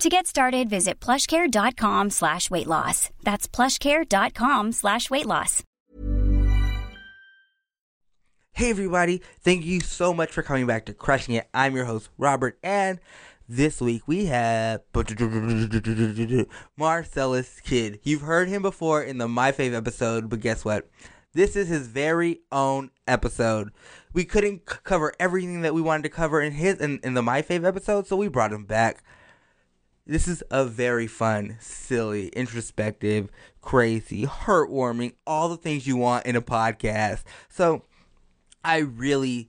To get started, visit plushcare.com slash weight loss. That's plushcare.com slash weight loss. Hey everybody, thank you so much for coming back to Crushing It. I'm your host, Robert, and this week we have Marcellus Kid. You've heard him before in the My Fave episode, but guess what? This is his very own episode. We couldn't c- cover everything that we wanted to cover in his in, in the My Fave episode, so we brought him back. This is a very fun, silly, introspective, crazy, heartwarming, all the things you want in a podcast. So I really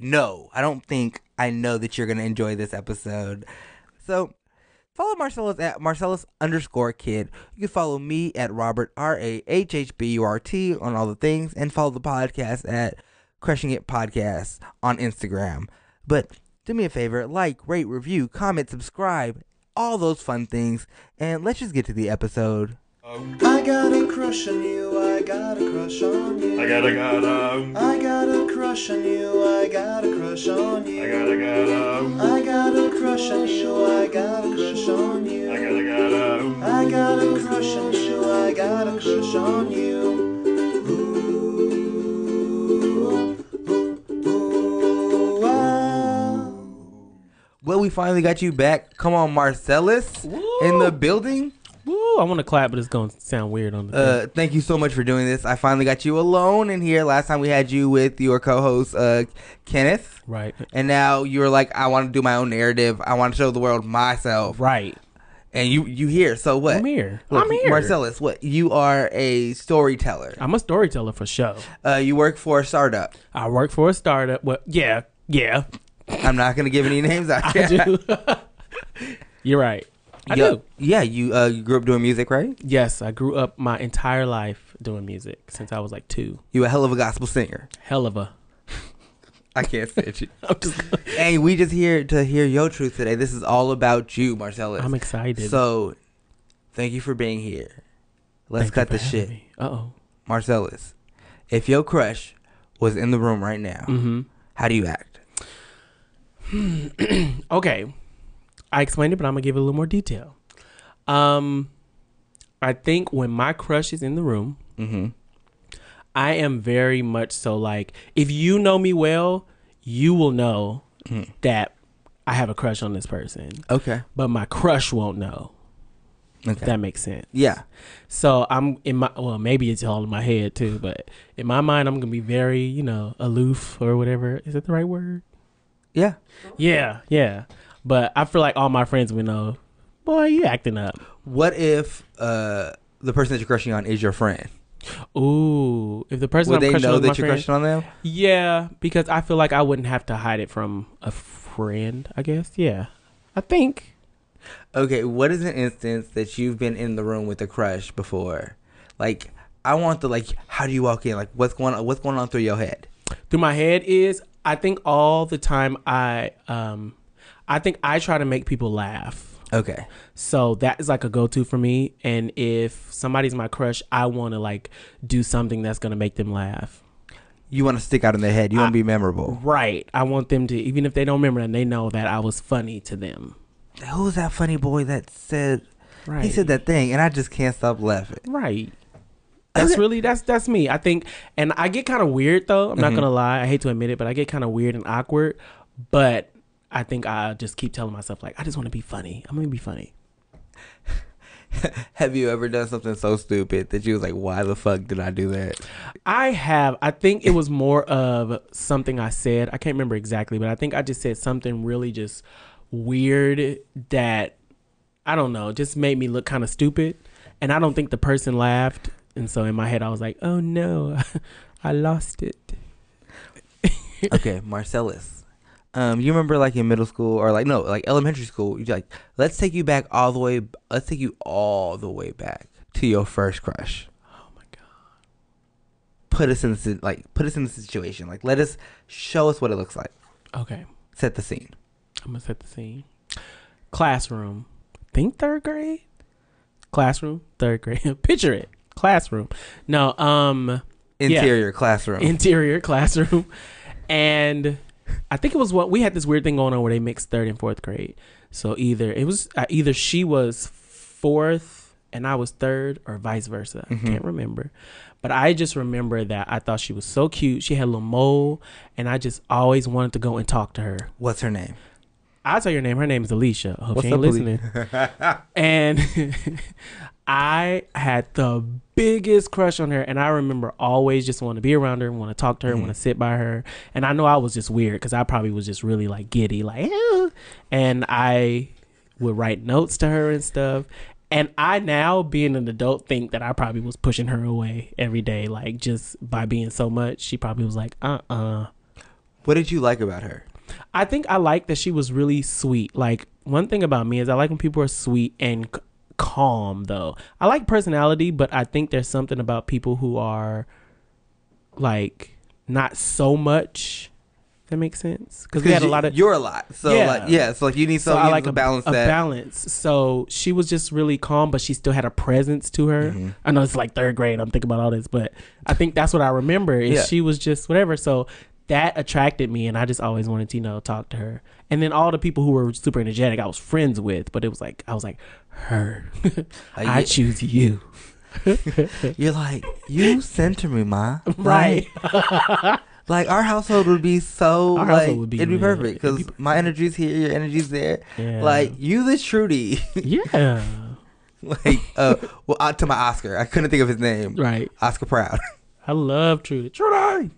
know. I don't think I know that you're gonna enjoy this episode. So follow Marcellus at Marcellus underscore kid. You can follow me at Robert R A H H B U R T on all the things, and follow the podcast at Crushing It Podcast on Instagram. But do me a favor, like, rate, review, comment, subscribe, all those fun things, and let's just get to the episode. I got a crush on you, I got a crush on you. I gotta gotta I got a crush on you, I got a crush on I you. gotta gotta I got a crush on you, I got a crush on I you. gotta gotta I got a crush on you, I got a crush on you. Ooh, ooh, ooh, ah. Well, we finally got you back. Come on, Marcellus, in the building. Woo, I want to clap, but it's going to sound weird on the Uh, thank you so much for doing this. I finally got you alone in here. Last time we had you with your co-host uh, Kenneth, thing. Right. and now you're like, I want to do my own narrative. I want to show the world myself. Right. And you, you here? So what? I'm here. Look, I'm here. Marcellus. What? You are a storyteller. I'm a storyteller for show. Uh, you work for a startup. I work for a startup. Well, yeah, yeah, I'm not gonna give any names out. I do. You're right. I yeah, do. Yeah, you uh, you grew up doing music, right? Yes, I grew up my entire life doing music since I was like two. You a hell of a gospel singer. Hell of a. I can't say it. I'm just. hey, we just here to hear your truth today. This is all about you, Marcellus. I'm excited. So, thank you for being here. Let's cut the shit, Uh oh. Marcellus. If your crush was in the room right now, how do you act? Okay. I explained it, but I'm gonna give it a little more detail. Um, I think when my crush is in the room, Mm-hmm. I am very much so like if you know me well, you will know Hmm. that I have a crush on this person, Okay. but my crush won't know. If Okay. that makes sense. Yeah. So I'm in my well, maybe it's all in my head too, but in my mind, I'm gonna be very you know aloof or whatever. Is that the right word? Yeah. Yeah, yeah. But I feel like all my friends would know, boy, you acting up. What if uh, the person that you're crushing on is your friend? Ooh, if the person Would I'm they crushing know on is my that you're friend, crushing on them? yeah, because I feel like I wouldn't have to hide it from a friend. I guess, yeah. I think Okay. What is an instance that you've been in the room with a crush before? Like, I want the like. How do you walk in? Like, what's going on? What's going on through your head? through my head is I think all the time I um I think I try to make people laugh. Okay. So that is like a go-to for me. And if somebody's my crush, I want to like do something that's gonna make them laugh. You want to stick out in their head. You want to be memorable. Right. I want them to, even if they don't remember, and they know that I was funny to them. Who was that funny boy that said Right. he said that thing, and I just can't stop laughing. Right. That's really that's that's me. I think, and I get kind of weird though. I'm not gonna lie. I hate to admit it, but I get kind of weird and awkward. But I think I just keep telling myself like I just want to be funny. I'm gonna be funny. Have you ever done something so stupid that you was like, "Why the fuck did I do that?" I have. I think it was more of something I said. I can't remember exactly, but I think I just said something really just weird that I don't know, just made me look kind of stupid. And I don't think the person laughed. And so in my head, I was like, oh no, I lost it. okay, Marcellus. Um, you remember like in middle school or like no, like elementary school, you like let's take you back all the way let's take you all the way back to your first crush. Oh my God. Put us in the si- like put us in the situation. Like let us show us what it looks like. Okay. Set the scene. I'm gonna set the scene. Classroom. Think third grade? Classroom, third grade. Picture it. Classroom. No, um, Yeah. Interior classroom. interior classroom. And I think it was what we had this weird thing going on where they mixed third and fourth grade. So either it was uh, either she was fourth and I was third, or vice versa. I can't remember, but I just remember that I thought she was so cute. She had a little mole, and I just always wanted to go and talk to her. What's her name? I'll tell your name. Her name is Alicia. I hope What's she ain't up, Ali- listening. and I had the biggest crush on her, and I remember always just want to be around her, want to talk to her, Mm-hmm. want to sit by her. And I know I was just weird because I probably was just really like giddy, like, "Ew." and I would write notes to her and stuff. And I now, being an adult, think that I probably was pushing her away every day, like just by being so much. She probably was like, uh uh What did you like about her? I think I like that she was really sweet. Like one thing about me is I like when people are sweet and c- calm though. I like personality, but I think there's something about people who are like not so much. That makes sense because we had a you- lot of you're a lot. So Yeah. like yeah, so like you need so something I like to a balance a that. balance. So she was just really calm, but she still had a presence to her. I know it's like third grade. I'm thinking about all this, but I think that's what I remember. Is Yeah. she was just whatever. So that attracted me, and I just always wanted to you know talk to her. And then all the people who were super energetic, I was friends with, but it was like I was like her. I yeah. choose you. You're like, you center me, ma. Right. Like- Like our household would be so Our like household would be it'd be real. perfect It'd because my energy's here, your energy's there. Yeah. Like you, the Trudy. Yeah. like uh, well, uh, to my Oscar, I couldn't think of his name. right. Oscar Proud. I love Trudy. Trudy.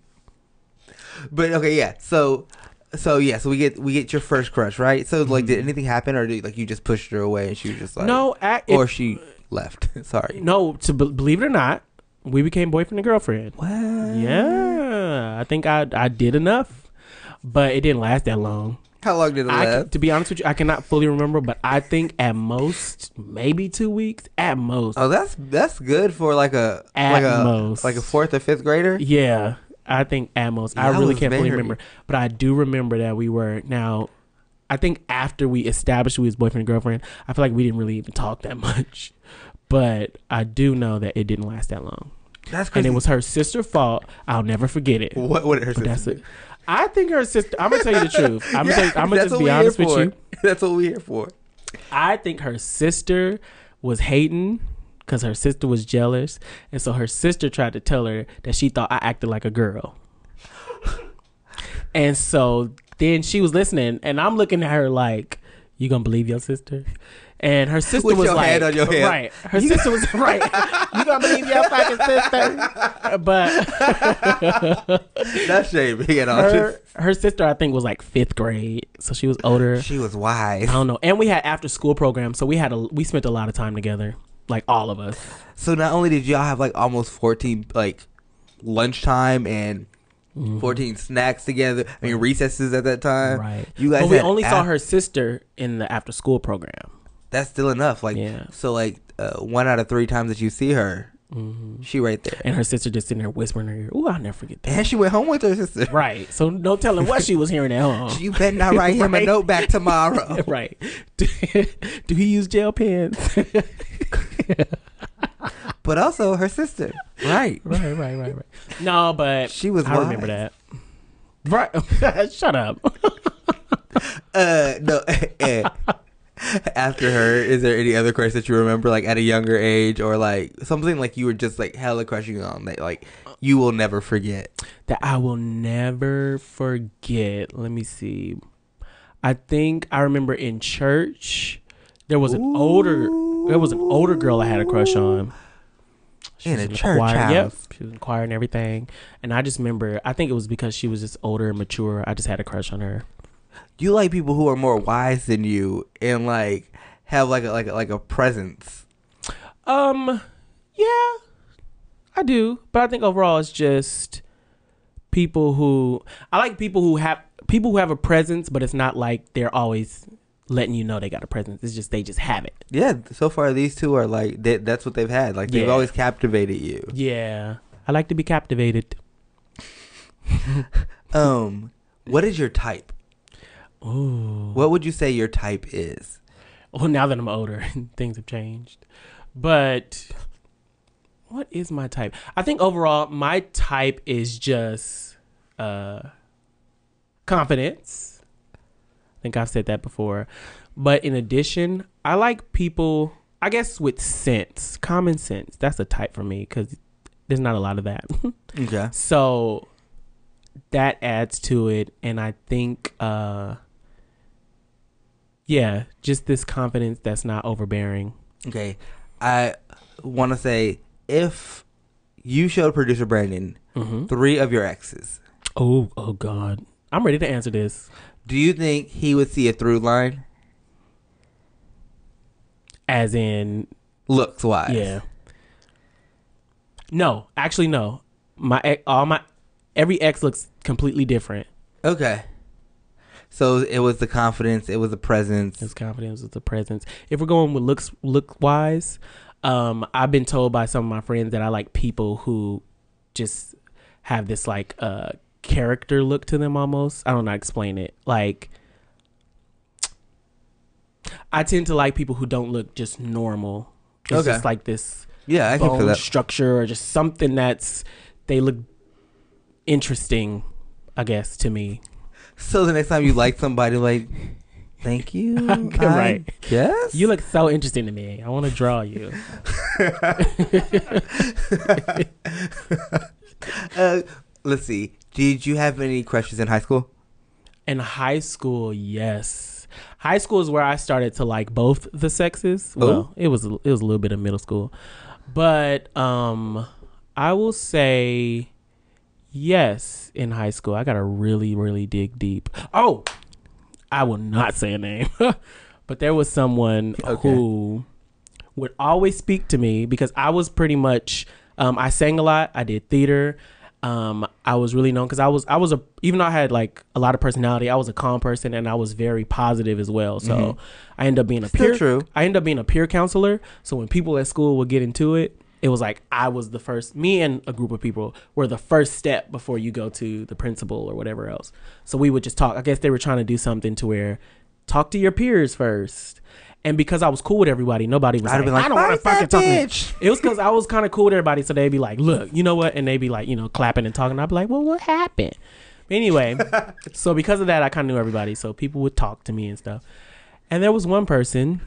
but okay, yeah. So, so yeah. So we get we get your first crush, right? So like, did anything happen, or did, like you just pushed her away and she was just like Mm-hmm. No, I, or if- she left? Sorry. no. To be- believe it or not, we became boyfriend and girlfriend. What? Yeah, I think I I did enough, but it didn't last that long. How long did it I, last? to be honest with you, I cannot fully remember, but I think at most maybe two weeks at most. Oh, that's that's good for like a At like a most. like a fourth or fifth grader. yeah, I think at most. Yeah, I I really was can't fully married. remember, but I do remember that we were now. I think after we established we was boyfriend and girlfriend, I feel like we didn't really even talk that much. But I do know that it didn't last that long, That's and crazy. it was her sister's fault. I'll never forget it. what would her But that's sister it. I think her sister. I'm gonna tell you the truth. I'm gonna, tell you, I'm gonna That's just what be we here honest with for. you. That's what we're here for. I think her sister was hating because her sister was jealous, and so her sister tried to tell her that she thought I acted like a girl. and so then she was listening, and I'm looking at her like, "You gonna believe your sister?" And her sister With was your like, hand on your hip. "Right." Her sister was right. you gonna believe your fucking sister? But That's shaming at all. her her sister I think was like fifth grade, so she was older. she was wise. I don't know. And we had after school programs, so we had a we spent a lot of time together, like all of us. So not only did y'all have like almost fourteen like lunchtime and Mm-hmm. fourteen snacks together, I mean recesses at that time. Right. You guys. but we had only saw af- her sister in the after school program. That's still enough. Like Yeah. so, like uh, one out of three times that you see her, Mm-hmm. She right there. And her sister just sitting there whispering in her ear. Ooh, I'll never forget that. And she went home with her sister. Right. So no telling what she was hearing at home. You better not write him a Right. note back tomorrow. right. Do, do he use jail pens? right, But also her sister. Right. right, right, right. No, but She was I remember wise. that. Right. Shut up. Uh no. eh. After her, is there any other crush that you remember, like at a younger age, or like something like you were just like hella crushing on that, like you will never forget? that I will never forget. Let me see. I think I remember in church there was an older there was an older girl I had a crush on. She In was a church choir. Yep, house. she was in choir and everything. And I just remember I think it was because she was just older and mature. I just had a crush on her. You like people who are more wise than you and like have like a like a, like a presence. Um, yeah, I do, but I think overall it's just people who I like people who have people who have a presence, but it's not like they're always letting you know they got a presence. It's just they just have it. Yeah, so far these two are like they, that's what they've had. Like they've Yeah. always captivated you. Yeah, I like to be captivated. Um, what is your type? Ooh. What would you say your type is? Well, now that I'm older, things have changed. But what is my type? I think overall, my type is just uh, confidence. I think I've said that before. But in addition, I like people, I guess, with sense, common sense. That's a type for me because there's not a lot of that. Okay. So that adds to it and I think uh yeah, just this confidence that's not overbearing. Okay. I want to say if you showed producer Brandon Mm-hmm. three of your exes, Oh, oh god. I'm ready to answer this. do you think he would see a through line As in looks wise? yeah. No, actually no. My ex, all my every ex looks completely different. Okay. So it was the confidence, it was the presence. His confidence with the presence. If we're going with looks look wise, um, I've been told by some of my friends that I like people who just have this like uh character look to them almost. I don't know how to explain it. Like I tend to like people who don't look just normal. It's Okay. just like this Yeah, I can feel bone that. structure or just something that's they look interesting, I guess, to me. So the next time you like somebody, like, thank you. Okay, I right. Guess? You look so interesting to me. I want to draw you. Uh, let's see. Did you have any crushes in high school? In high school, yes. High school is where I started to like both the sexes. Well, it was it was a little bit of middle school, but um, I will say yes. In high school, I gotta really really dig deep. Oh, I will not say a name, but there was someone who would always speak to me because I was pretty much um, I sang a lot. I did theater. Um, I was really known because I was I was a even though I had like a lot of personality, I was a calm person and I was very positive as well. So I ended up being a peer. true. I ended up being a peer counselor. So when people at school would get into it, it was like I was the first. Me and a group of people were the first step before you go to the principal or whatever else. So we would just talk. I guess they were trying to do something to where talk to your peers first. And because I was cool with everybody, nobody was I'd like, have been like, I don't want to "Fight fucking that talk to me." bitch. It was because I was kind of cool with everybody, so they'd be like, "Look, you know what?" And they'd be like, you know, clapping and talking. I'd be like, "Well, what happened?" Anyway, so because of that, I kind of knew everybody. So people would talk to me and stuff. And there was one person,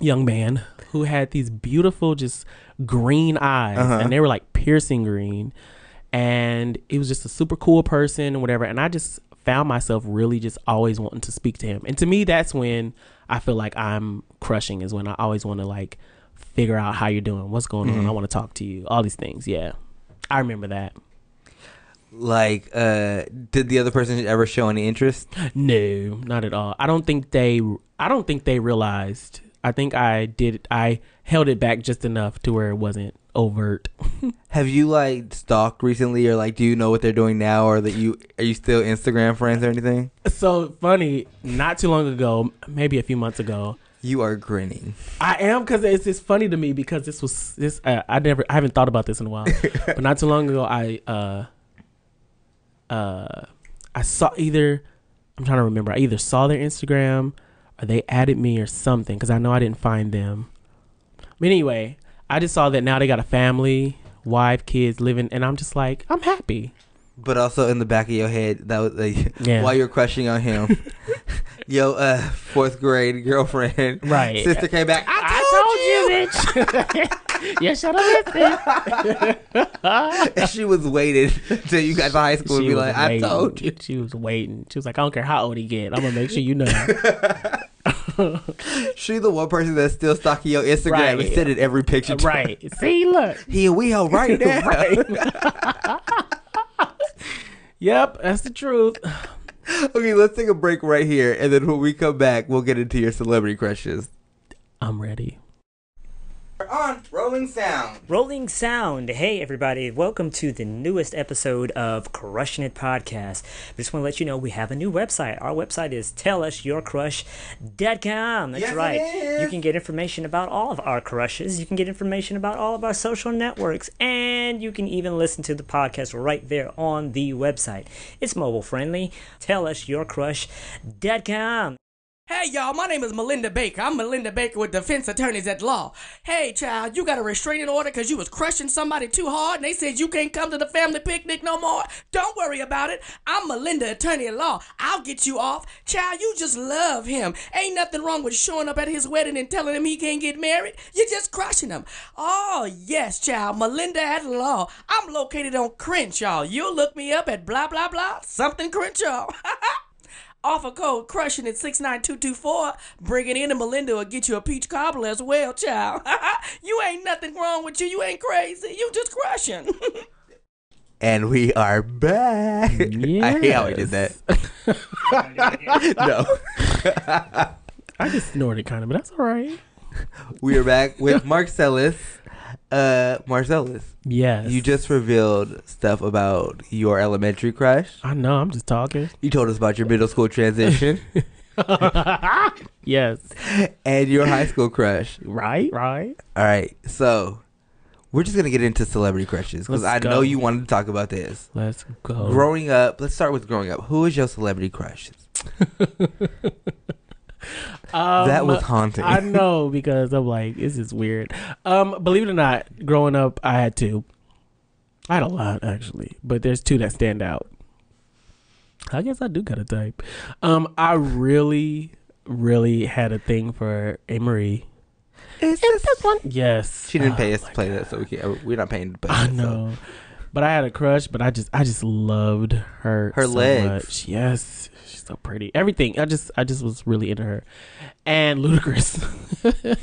young man, who had these beautiful, just green eyes, Uh-huh. and they were like piercing green. And he was just a super cool person and whatever. And I just found myself really just always wanting to speak to him. And to me, that's when I feel like I'm crushing, is when I always want to like figure out how you're doing, what's going on. I want to talk to you, all these things. Yeah. I remember that. Like, uh, did the other person ever show any interest? No, not at all. I don't think they. I don't think they realized. I think I did. I held it back just enough to where it wasn't overt. Have you like stalked recently, or like, do you know what they're doing now, or that you are you still Instagram friends or anything? so funny. Not too long ago, maybe a few months ago, You are grinning. I am because it's it's funny to me because this was this uh, I never I haven't thought about this in a while, but not too long ago I uh uh I saw either I'm trying to remember I either saw their Instagram or they added me or something because I know I didn't find them. But anyway, I just saw that now they got a family, wife, kids living, and I'm just like I'm happy. But also in the back of your head, that was like Yeah. while you're crushing on him. Yo, uh, fourth grade girlfriend, Right. Sister came back. I told, you, bitch. yeah, shut up, listen. And she was waited till you got to high school and be was like, "I waiting. told you." She was waiting. She was like, I don't care how old he get, I'm gonna make sure you know. She the one person that's still stalking your Instagram Right. and sending every picture. to her. Uh, right. See, look. Here we are, right now. Yep, that's the truth. Okay, let's take a break right here, and then when we come back, we'll get into your celebrity crushes. I'm ready. We're on Rolling Sound. Rolling Sound. Hey, everybody. Welcome to the newest episode of Crushing It Podcast. Just want to let you know we have a new website. Our website is tellusyourcrush.com. That's Yes, it right. is. You can get information about all of our crushes. You can get information about all of our social networks. And you can even listen to the podcast right there on the website. It's mobile friendly. Tellusyourcrush.com. Hey y'all, my name is Melinda Baker. I'm Melinda Baker with Defense Attorneys at Law. Hey child, you got a restraining order because you was crushing somebody too hard and they said you can't come to the family picnic no more? Don't worry about it. I'm Melinda Attorney at Law. I'll get you off. Child, you just love him. Ain't nothing wrong with showing up at his wedding and telling him he can't get married. You're just crushing him. Oh yes, child, Melinda at Law. I'm located on Crenshaw. You'll look me up at blah blah blah something Crenshaw. Offer code crushing at 69224. Bring it in and Melinda will get you a peach cobbler as well, child. you ain't nothing wrong with you. You ain't crazy. You just crushing. And we are back. I hate how we did that. no. I just snorted kind of, but that's all right. We are back with Marcellus. Uh, Marcellus, Yes. you just revealed stuff about your elementary crush. I know, I'm just talking. You told us about your middle school transition Yes. and your high school crush. Right, right. All right, so we're just gonna get into celebrity crushes because Let's I go. know you wanted to talk about this. Let's Oh. go. Growing up, let's start with growing up. Who is your celebrity crush? Um, that was haunting. I know because I'm like, this is weird. Um, believe it or not, growing up, I had two. I had a lot actually, but there's two that stand out. I guess I do got a type. Um, I really, really had a thing for A Marie. Is this one? Yes, She didn't Oh pay us my to play that, so we can't. We're not paying. to play I that, so- know. But I had a crush, but I just I just loved her Her so legs. much. Yes. She's so pretty. Everything. I just I just was really into her. And ludicrous. I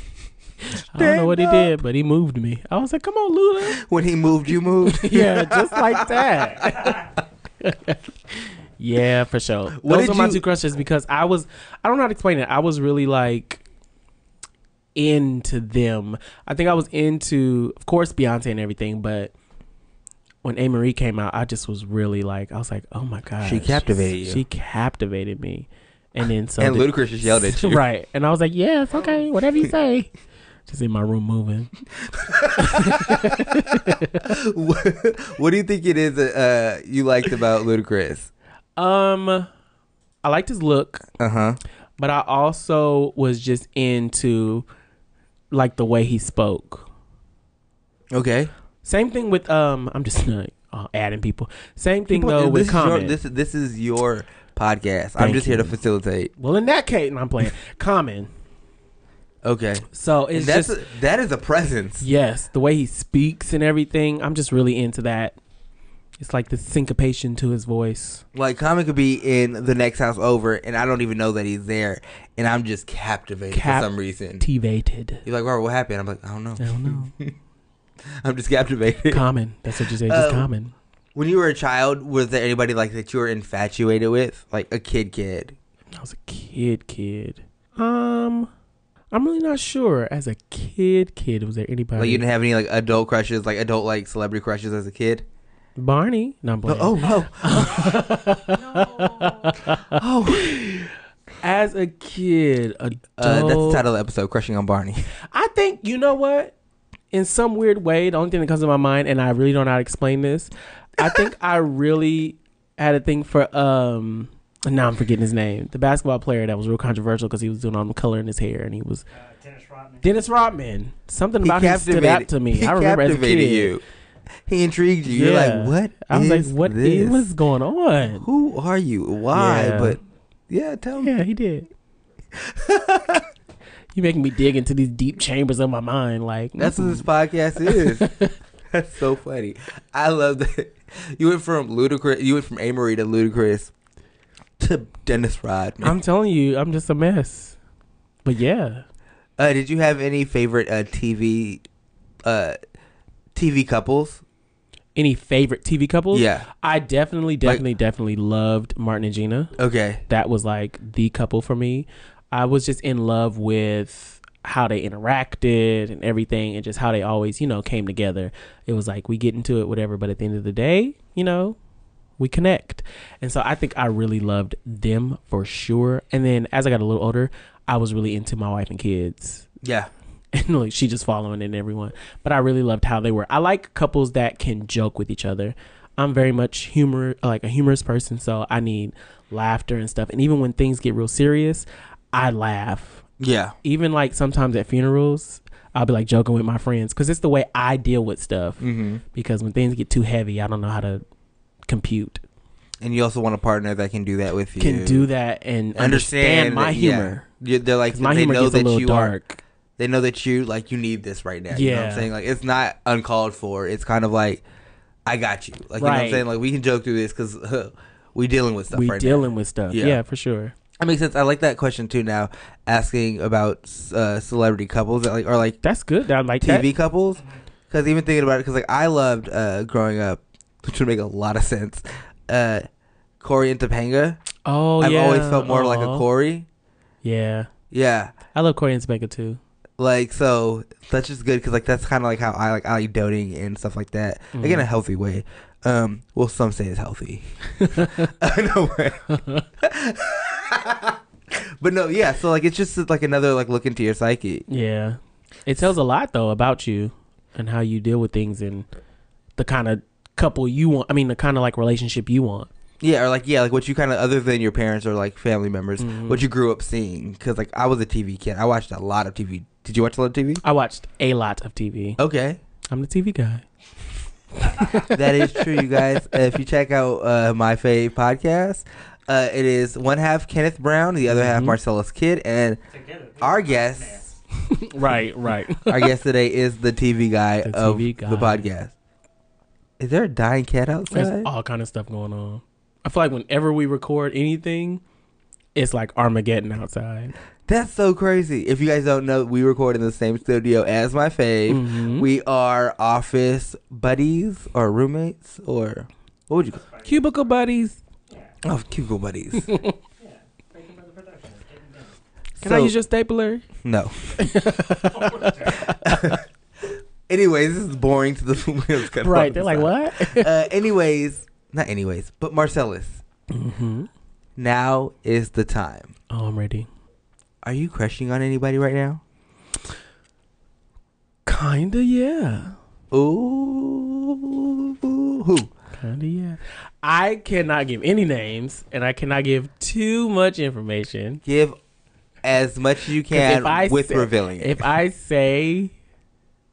don't know what he Stand did, but he moved me. I was like, "Come on, Luda!" When he moved, you moved. Yeah, just like that. yeah, for sure. What Those did are my you- two crushes because I was—I don't know how to explain it. I was really like into them. I think I was into, of course, Beyonce and everything, but when A. Marie came out, I just was really like, I was like, oh my god, She captivated you. She captivated me, and then so And did- Ludacris just yelled at you. right? And I was like, yes, okay, whatever you say. Just in my room moving. what, what do you think it is that uh, you liked about Ludacris? Um, I liked his look, Uh huh. but I also was just into like the way he spoke. Okay. Same thing with um, I'm just uh, adding people. Same thing though this with is your, Common. this, this is your podcast. I'm Thank just here to you. facilitate. well, in that case, and I'm playing Common. Okay. So And it's that's just a- that is a presence. yes, the way he speaks and everything. I'm just really into that. It's like the syncopation to his voice. Like Common could be in the next house over, and I don't even know that he's there, and I'm just captivated for some reason. Captivated. You're like, "Wow, what happened?" I'm like, "I don't know. I don't know. I'm just captivated." common. That's what you say. Just Um, common. When you were a child, was there anybody like that you were infatuated with, like a kid, kid? I was a kid, kid. Um, I'm really not sure. As a kid, kid, was there anybody? Like you didn't have any like adult crushes, like adult like celebrity crushes as a kid? Oh, Barney. No, I'm playing. Oh no! oh, as a kid, a Uh, that's the dog- title of the episode, Crushing on Barney. I think you know what. In some weird way, the only thing that comes to my mind, and I really don't know how to explain this. I think I really had a thing for um. Now I'm forgetting his name. The basketball player that was real controversial because he was doing all the color in his hair, and he was Uh, Dennis Rodman. Dennis Rodman. Something He about him stood out captivated- to me. he I remember as a captivated kid. you. He intrigued you. You're like, what? I was is like, what this? is what's going on? Who are you? Why? Yeah. But yeah, tell me. Yeah, he did. you making me dig into these deep chambers of my mind, like That's what mm. this podcast is. That's so funny. I love that. You went from ludicrous. You went from Amory to ludicrous to Dennis Rodman. I'm telling you, I'm just a mess. But yeah, Uh, did you have any favorite uh, TV uh, TV couples? Any favorite TV couples? Yeah. I definitely, definitely, definitely loved Martin and Gina. Okay. That was like the couple for me. I was just in love with how they interacted and everything and just how they always, you know, came together. It was like we get into it, whatever, but at the end of the day, you know, we connect. And so I think I really loved them for sure. And then as I got a little older, I was really into my wife and kids. Yeah. And like she just following in everyone. But I really loved how they were. I like couples that can joke with each other. I'm very much humor like a humorous person, so I need laughter and stuff. And even when things get real serious, I laugh. Yeah. Even like sometimes at funerals, I'll be like joking with my friends because it's the way I deal with stuff. Mhm. Because when things get too heavy, I don't know how to compute And you also want a partner that can do that with you. Can do that and understand my that- yeah. humor. You- They're like 'Cause my they humor know gets a that little you dark. Are, they know that you like you need this right now. You know what I'm Yeah. saying? Like it's not uncalled for. It's kind of like I got you. Like you know what I'm Right. saying? Like we can joke through this cuz we dealing with stuff We right now. dealing with stuff. Yeah, for sure. That makes sense. I like that question too. Now asking about uh, celebrity couples that like are like that's good. I like TV that. couples because even thinking about it, because like I loved uh, growing up, which would make a lot of sense. Uh, Corey and Topanga. Oh, I've always yeah. felt more like a Aw. Corey. Yeah. Yeah, I love Corey and Spanker too. like so that's just good because like that's kind of like how I like I like doting and stuff like that. Like in Mhm. a healthy way. Um, well, some say it's healthy. no way. but no, yeah. So like it's just like another like look into your psyche. Yeah. It tells a lot though about you and how you deal with things and the kind of couple you want. I mean, the kind of like relationship you want. Yeah, or like yeah, like what you kind of other than your parents or like family members, Mhm. what you grew up seeing. Because like I was a TV kid, I watched a lot of TV. Did you watch a lot of TV? I watched a lot of TV. Okay, I'm the TV guy. that is true, you guys. If you check out uh, my fave podcast, uh, it is one half Kenneth Brown, the other half Mhm. Marcellus Kidd, and our guest, right, right. our guest today is the TV guy The of TV the guy. podcast. Is there a dying cat outside? There's all kind of stuff going on. I feel like whenever we record anything, it's like Armageddon outside. That's so crazy. If you guys don't know, we record in the same studio as my fave. Mm-hmm. We are office buddies or roommates or what would you call Cubicle buddies. Oh, cubicle buddies. Can I So- use your stapler? No. anyways, this is boring to the it's kinda Right, they're like, what? uh, anyways, not anyways, but Marcellus. Mhm. Now is the time. Oh, I'm ready. Are you crushing on anybody right now? Kinda, yeah. Ooh, who? Kinda, yeah. I cannot give any names, and I cannot give too much information. Give as much as you 'Cause if I can with say- revealing it. If I say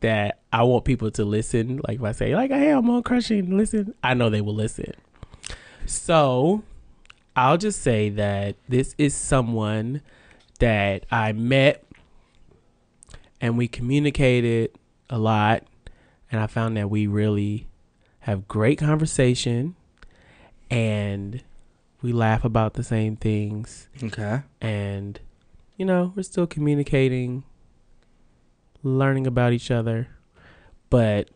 that I want people to listen, like if I say like, "Hey, I'm on crushing," listen, I know they will listen. So, I'll just say that this is someone that I met and we communicated a lot and I found that we really have great conversation and we laugh about the same things. Okay. And you know, we're still communicating, learning about each other, but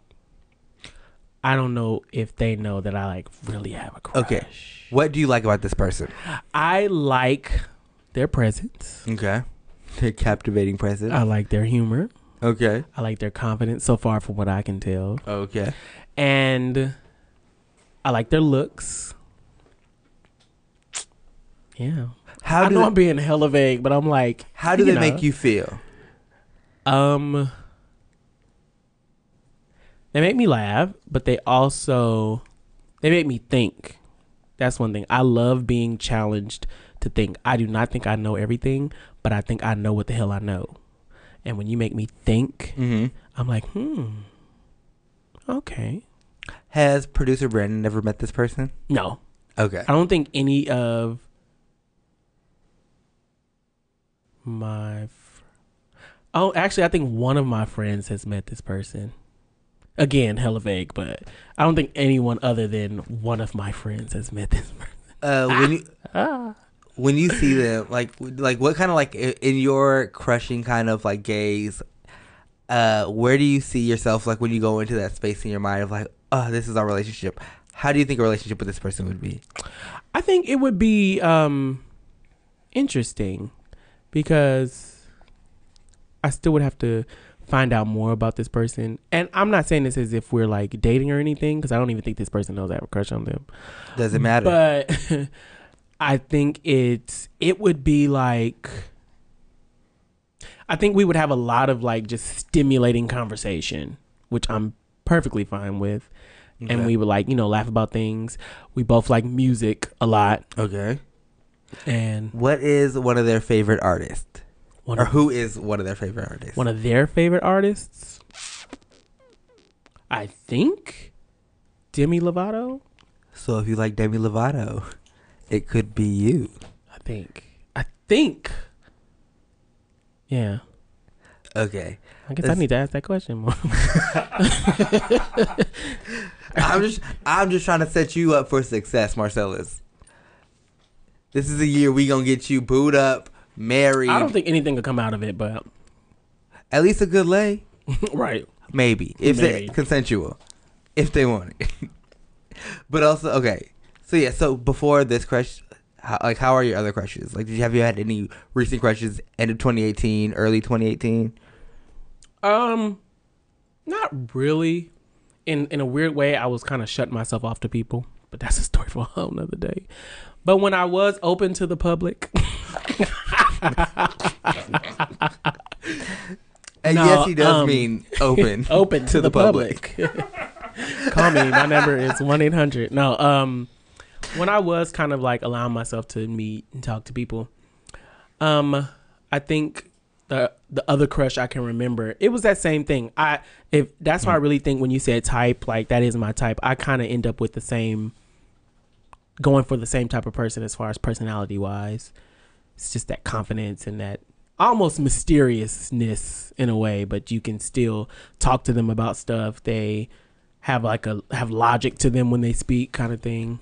I don't know if they know that I like really have a crush. Okay. What do you like about this person? I like their presence. Okay. Their captivating presence. I like their humor. Okay. I like their confidence so far from what I can tell. Okay. And I like their looks. Yeah. How I do know they- I'm being hella vague, but I'm like, How do they make you feel? Um, they make me laugh, but they also they make me think. That's one thing. I love being challenged to think. I do not think I know everything, but I think I know what the hell I know. And when you make me think, I'm like, hmm, okay. Has producer Brandon never met this person? No. Okay. I don't think any of my. Fr- oh, actually, I think one of my friends has met this person. Again, hella vague, but I don't think anyone other than one of my friends has met this person. Uh, Ah. when you when you see them, like like what kind of like i- in your crushing kind of like gaze, uh, where do you see yourself like when you go into that space in your mind of like, oh, this is our relationship. How do you think a relationship with this person would be? I think it would be um interesting because I still would have to find out more about this person. And I'm not saying this as if we're like dating or anything because I don't even think this person knows I have a crush on them. Doesn't matter. But I think it's it would be like I think we would have a lot of like just stimulating conversation, which I'm perfectly fine with. Okay. And we would like, you know, laugh about things. We both like music a lot. Okay. And what is one of their favorite artists? One or of- who is one of their favorite artists? One of their favorite artists? I think Demi Lovato. So if you like Demi Lovato, it could be you. I think. I think. Yeah. Okay. I guess That's- I need to ask that question more. I'm just I'm just trying to set you up for success, Marcellus. This is the year we gonna get you booed up, married. I don't think anything could come out of it, but at least a good lay. right. Maybe. If Maybe. they consensual. If they want it. but also okay. So yeah, so before this crush how, like how are your other crushes? Like did you have you had any recent crushes end of twenty eighteen, early twenty eighteen? Um, not really. In in a weird way, I was kind of shutting myself off to people, but that's a story for a whole nother day. But when I was open to the public, And No, yes he does um, mean open. open to, the, public. Call me. My number is one eight hundred. No. Um, when I was kind of like allowing myself to meet and talk to people, um, I think the the other crush I can remember, it was that same thing. I if that's why I really think when you said type, like that is my type. I kind of end up with the same, going for the same type of person as far as personality wise. It's just that confidence and that almost mysteriousness in a way, but you can still talk to them about stuff. They have like a have logic to them when they speak, kind of thing.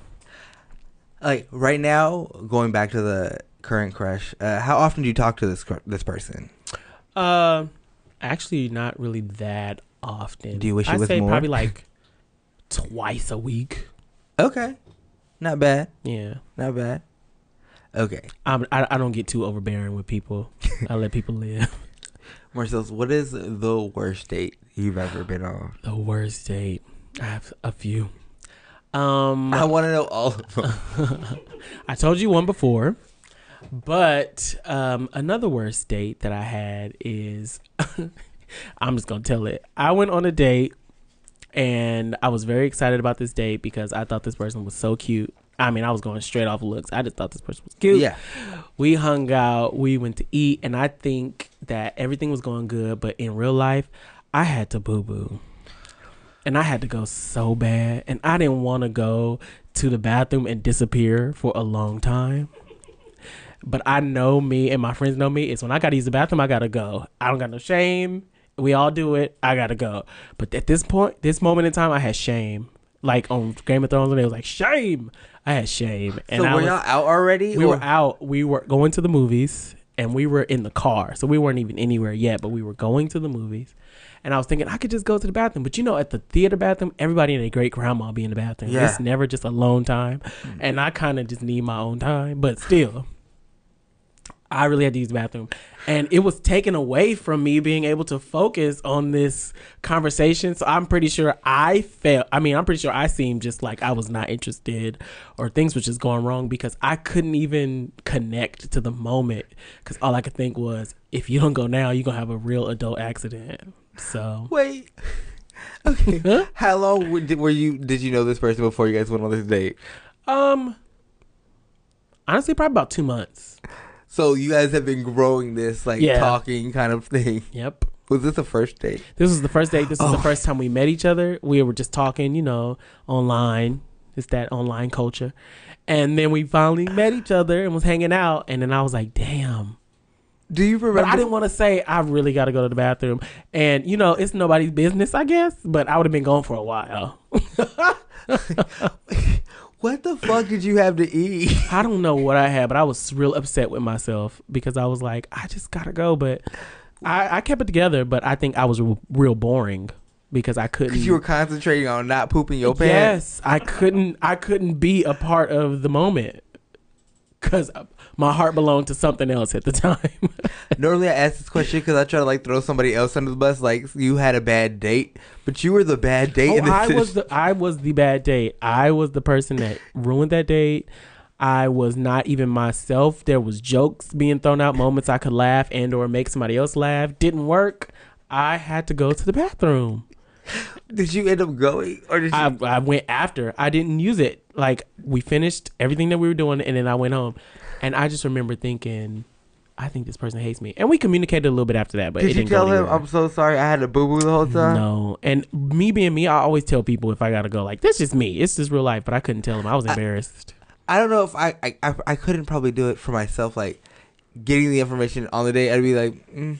Like right now, going back to the current crush, uh, how often do you talk to this cr- this person? Uh, actually, not really that often. Do you wish it I was say more? probably like twice a week. Okay, not bad, Yeah, not bad. Okay, I'm, I I don't get too overbearing with people. I let people live. Marcellus, what is the worst date you've ever been on? The worst date. I have a few. Um, I want to know all of them. I told you one before, but um, another worst date that I had is I'm just gonna tell it. I went on a date and I was very excited about this date because I thought this person was so cute. I mean, I was going straight off looks. I just thought this person was cute. Yeah. We hung out, we went to eat, and I think that everything was going good, but in real life, I had to boo boo and I had to go so bad, and I didn't want to go to the bathroom and disappear for a long time. But I know me, and my friends know me. It's when I gotta use the bathroom, I gotta go. I don't got no shame. We all do it. I gotta go. But at this point, this moment in time, I had shame. Like on Game of Thrones, and it was like shame. I had shame, and so I were was, y'all out already? we or- were out. We were going to the movies, and we were in the car, so we weren't even anywhere yet. But we were going to the movies, and I was thinking I could just go to the bathroom. But you know, at the theater bathroom, everybody and their great grandma be in the bathroom. Yeah. It's never just alone time, and I kind of just need my own time. But still, I really had to use the bathroom. And it was taken away from me being able to focus on this conversation. So I'm pretty sure I felt, I mean, I'm pretty sure I seemed just like I was not interested or things were just going wrong because I couldn't even connect to the moment because all I could think was, if you don't go now, you're going to have a real adult accident. So Wait. Okay. How long were, did, were you? Did you know this person before you guys went on this date? Um. Honestly, probably about two months. So you guys have been growing this like Yeah. talking kind of thing. Yep. Was this the first date? This was the first date. This was Oh. the first time we met each other. We were just talking, you know, online. It's that online culture. And then we finally met each other and was hanging out. And then I was like, damn. Do you remember? But I didn't want to say I really got to go to the bathroom. And, you know, it's nobody's business, I guess. But I would have been gone for a while. What the fuck did you have to eat? I don't know what I had, but I was real upset with myself because I was like, I just gotta go. But I, I kept it together, but I think I was r- real boring because I couldn't. You were concentrating on not pooping your pants. yes, I couldn't. I couldn't be a part of the moment because my heart belonged to something else at the time. Normally, I ask this question because I try to like throw somebody else under the bus. Like you had a bad date, but you were the bad date. Oh, in this I was situation. the I was the bad date. I was the person that ruined that date. I was not even myself. There was jokes being thrown out, moments I could laugh and or make somebody else laugh. Didn't work. I had to go to the bathroom. Did you end up going, or did you? I, I went after. I didn't use it. Like we finished everything that we were doing, and then I went home. And I just remember thinking, I think this person hates me. And we communicated a little bit after that, but it did you didn't go tell him anywhere. I'm so sorry? I had a boo boo the whole time. No. And me being me, I always tell people if I gotta go, like, that's just me. It's just real life. But I couldn't tell them. I was embarrassed. I don't know if I I, I I couldn't probably do it for myself. Like getting the information on the day, I'd be like, mm.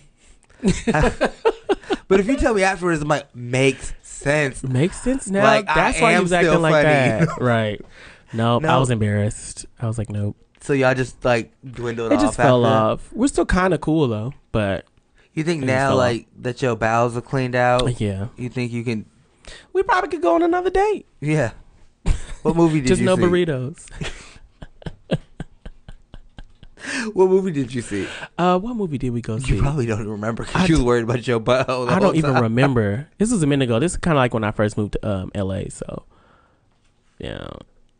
but if you tell me afterwards, I'm like, makes sense. Makes sense now. Like, I that's why am you was acting still like funny. that. right. No, I No. was embarrassed. I was like, nope. So y'all just like dwindled It off. just fell after that? off. We're still kind of cool though, but You think It just now, fell off. like that your bowels are cleaned out? Yeah. You think you can? we probably could go on another date. Yeah. What movie did Just you no see? burritos. What movie did you see? Uh, what movie did we go see? You probably don't remember I because you was worried about your butthole. the I whole don't even time. remember. This was a minute ago. This is kind of like when I first moved to um LA. So yeah,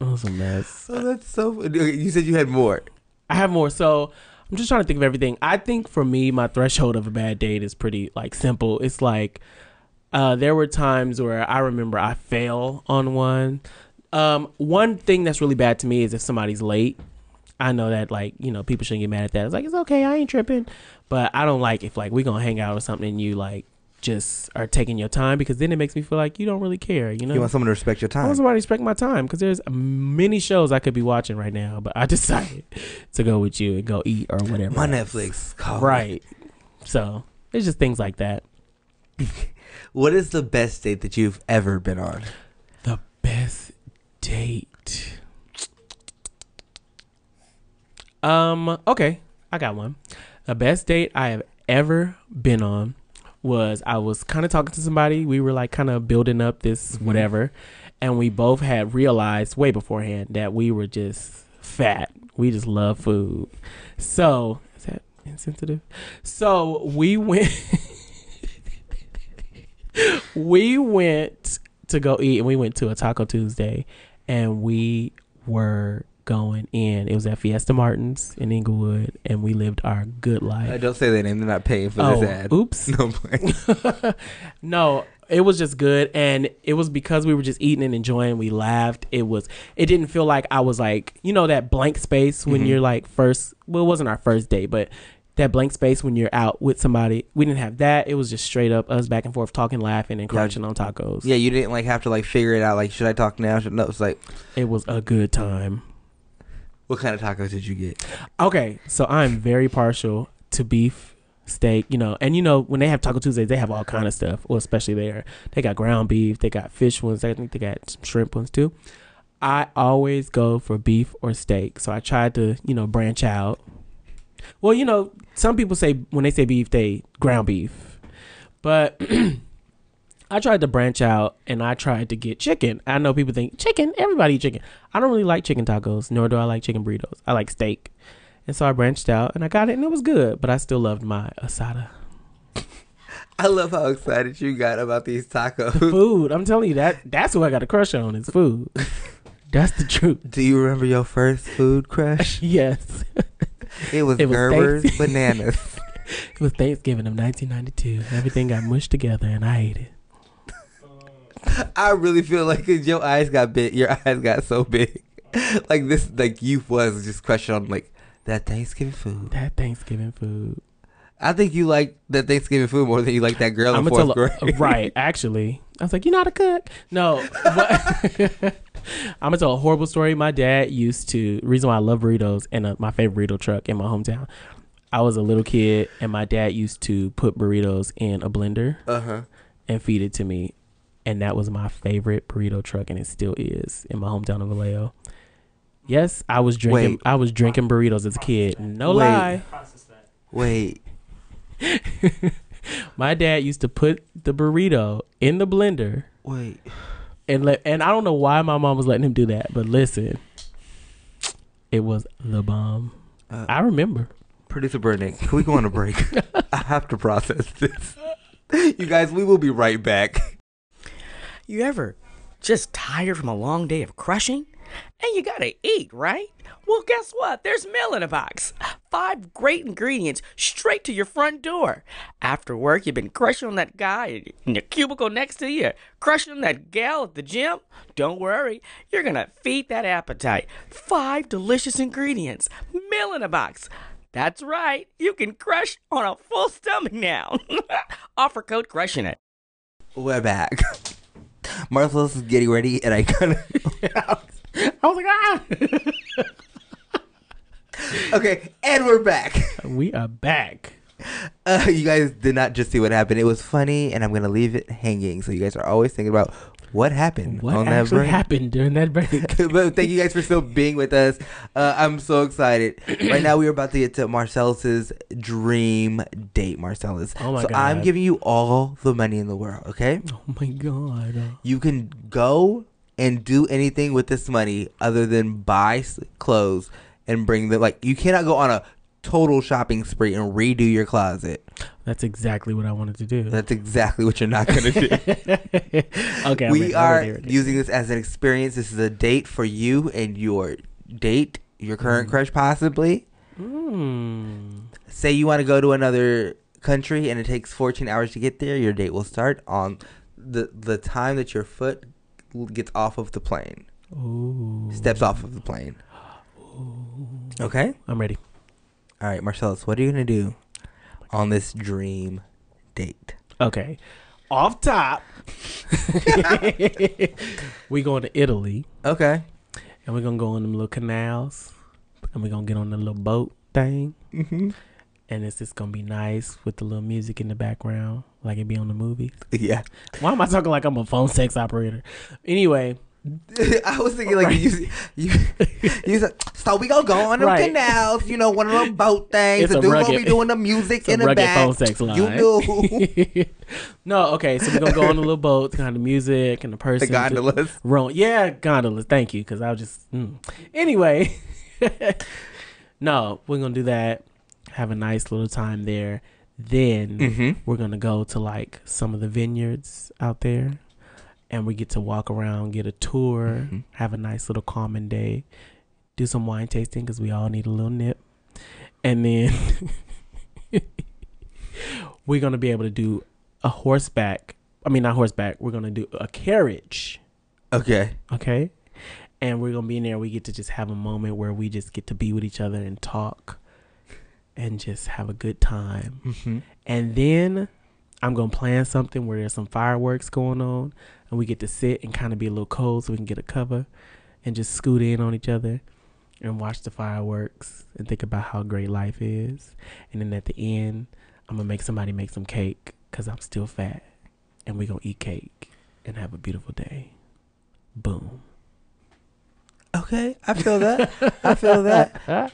it was a mess. Oh, that's so. okay, You said you had more. I have more. So I'm just trying to think of everything. I think for me, my threshold of a bad date is pretty like simple. It's like uh, there were times where I remember I fell on one. Um, one thing that's really bad to me is if somebody's late. I know that like you know people shouldn't get mad at that. It's like it's okay, I ain't tripping. But I don't like if like we gonna hang out or something and you like just are taking your time because then it makes me feel like you don't really care. You know, You want someone to respect your I time. want somebody to respect my time because there's many shows I could be watching right now, but I decided to go with you and go eat or whatever. My else. Netflix. Call me. Right. So it's just things like that. What is the best date that you've ever been on? The best date. Um, okay. I got one. The best date I have ever been on was I was kind of talking to somebody. We were like kind of building up this whatever. And we both had realized way beforehand that we were just fat. We just love food. So, is that insensitive? So, we went. we went to go eat and we went to a Taco Tuesday and we were going in. It was at Fiesta Martin's in Inglewood and we lived our good Uh, life. don't say their name. They're not paying for Oh, this ad. oops. No, I'm playing. No, it was just good and it was because we were just eating and enjoying. We laughed. It was it didn't feel like I was like, you know that blank space Mm-hmm. when you're like first, well it wasn't our first date, but that blank space when you're out with somebody. We didn't have that. It was just straight up us back and forth talking, laughing and crunching on tacos. yeah, you didn't like have to like figure it out. Like, should I talk now? Should no? It's like, It was a good time. what kind of tacos did you get? Okay, so I'm very partial to beef steak, you know, and you know when they have Taco Tuesdays, they have all kind of stuff. Well, especially there, they got ground beef, they got fish ones, I think they got some shrimp ones too. I always go for beef or steak, so I tried to you know branch out. Well, you know, some people say when they say beef, they ground beef, but I tried to branch out and I tried to get chicken. I know people think chicken, everybody eat chicken. I don't really like chicken tacos, nor do I like chicken burritos. I like steak. And so I branched out and I got it and it was good, but I still loved my asada. I love how excited you got about these tacos. food. I'm telling you that that's what I got a crush on is food. That's the truth. Do you remember your first food crush? yes. It was Gerber's bananas. it was Thanksgiving of 1992. Everything got mushed together and I ate it. I really feel like 'cause your eyes got big. Your eyes got so big. Like this, like you was just crushing on like that Thanksgiving food. That Thanksgiving food. I think you like that Thanksgiving food more than you like that girl in I'ma fourth tell- uh, grade. right, actually. I was like, you know how to cook. No. but- I'm gonna tell a horrible story. My dad used to reason why I love burritos and uh, my favorite burrito truck in my hometown. I was a little kid and my dad used to put burritos in a blender Uh-huh. and feed it to me, and that was my favorite burrito truck, and it still is in my hometown of Vallejo. Yes, I was drinking. Wait. I was drinking burritos as a kid. No Wait. lie. Wait. My dad used to put the burrito in the blender. Wait. And let and I don't know why my mom was letting him do that, but listen, it was the bomb. I remember. Producer Brendan, can we go on a break? I have to process this. You guys, we will be right back. You ever just tired from a long day of crushing? And you gotta eat, right? Well, guess what? There's meal in a box. Five great ingredients straight to your front door. After work, you've been crushing on that guy in your cubicle next to you, crushing on that gal at the gym. Don't worry, you're gonna feed that appetite. Five delicious ingredients, meal in a box. That's right, you can crush on a full stomach now. Offer code crushing it. We're back. Marcellus is getting ready, and I kind of. I was like, ah. okay, and we're back. We are back. Uh, you guys did not just see what happened. It was funny, and I'm gonna leave it hanging. So you guys are always thinking about what happened What on that actually break. happened during that break? but thank you guys for still being with us. Uh, I'm so excited. Right now, we are about to get to Marcellus's dream date. Marcellus. Oh my so I'm God. giving you all the money in the world. Okay. Oh my god. You can go and do anything with this money other than buy s- clothes and bring them. Like you cannot go on a total shopping spree and redo your closet. That's exactly what I wanted to do. That's exactly what you're not gonna do. Okay, I'm we ready, I'm are ready, I'm ready. using this as an experience. This is a date for you and your date, your current Mm-hmm. crush, possibly. Mm. Say you want to go to another country and it takes 14 hours to get there. Your date will start on the the time that your foot gets off of the plane, Ooh. steps off of the plane. Okay. I'm ready. All right, Marcellus, what are you gonna do on this dream date? Okay. Off top, we going to Italy. Okay. And we're gonna go on them little canals, and we're gonna get on the little boat thing. Mm-hmm. And it's just gonna be nice with the little music in the background, like it be on the movies. Yeah. Why am I talking like I'm a phone sex operator? Anyway, I was thinking like you, you, you said, so we gonna go on them Right. canals, you know, one of them boat things, It's and a do what rugged- we doing the music it's a in the rugged back. phone sex line. You knew no, okay, so we're gonna go on the little boat, kind of music, and the person the gondolas. Wrong, yeah, gondolas. Thank you, because I was just mm. anyway. no, we're gonna do that. Have a nice little time there. Then Mhm. we're gonna go to like some of the vineyards out there, and we get to walk around, get a tour, Mhm. have a nice little calming day, do some wine tasting because we all need a little nip, and then we're gonna be able to do a horseback. I mean, not horseback. We're gonna do a carriage Okay. okay and we're gonna be in there we get to just have a moment where we just get to be with each other and talk and just have a good time Mhm. and then i'm gonna plan something where there's some fireworks going on and we get to sit and kind of be a little cold so we can get a cover and just scoot in on each other and watch the fireworks and think about how great life is and then at the end i'm gonna make somebody make some cake because i'm still fat and we're gonna eat cake and have a beautiful day boom Okay, I feel that. I feel that.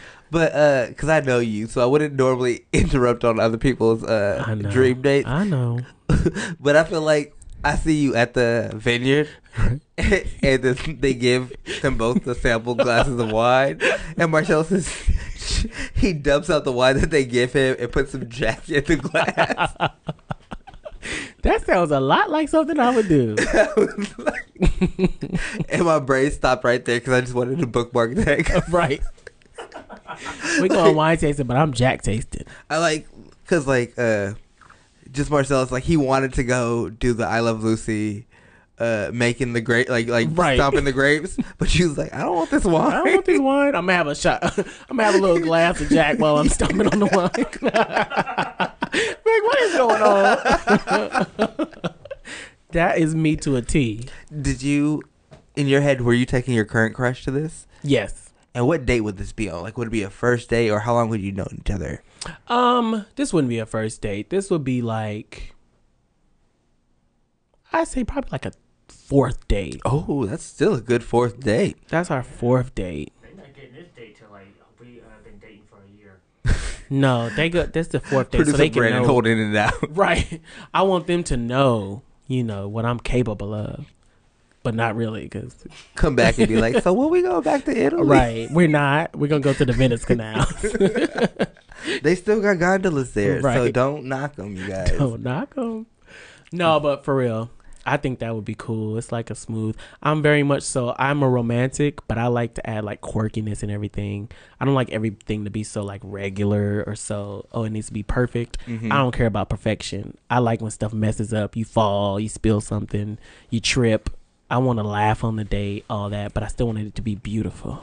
but uh, cause I know you, so I wouldn't normally interrupt on other people's I uh know. dream dates. I know. but I feel like I see you at the vineyard, and then they give them both the sample glasses of wine, and Marcellus is he dumps out the wine that they give him and puts some Jack in the glass. That sounds a lot like something I would do. and my brain stopped right there because I just wanted to bookmark that. right. We going wine tasting, but I'm Jack tasting. I like because like uh, just Marcellus like he wanted to go do the I Love Lucy. Uh, making the grape like like Right. stomping the grapes, but she was like, "I don't want this wine." I don't want this wine. I'm gonna have a shot. I'm gonna have a little glass of Jack while I'm stomping on the wine. like, what is going on? that is me to a T. Did you, in your head, were you taking your current crush to this? Yes. And what date would this be on? Like, would it be a first date, or how long would you know each other? Um, this wouldn't be a first date. This would be like, I say probably like a fourth date. Oh, that's still a good fourth date. That's our fourth date. They're not getting this date till like we uh, been dating for a year. No, they go. That's the fourth date. so Producer they can Brandon know- holding it out. Right. I want them to know, you know, what I'm capable of, but not really because Come back and be like, so when we go back to Italy? Right. We're not. We're gonna go to the Venice Canal. They still got gondolas there, so Right. don't knock them, you guys. Don't knock 'em. No, but for real, I think that would be cool. It's like a smooth. I'm very much so. I'm a romantic, but I like to add like quirkiness and everything. I don't like everything to be so like regular or so. Oh, it needs to be perfect. Mhm. I don't care about perfection. I like when stuff messes up. You fall. You spill something. You trip. I want to laugh on the date, all that, but I still wanted it to be beautiful.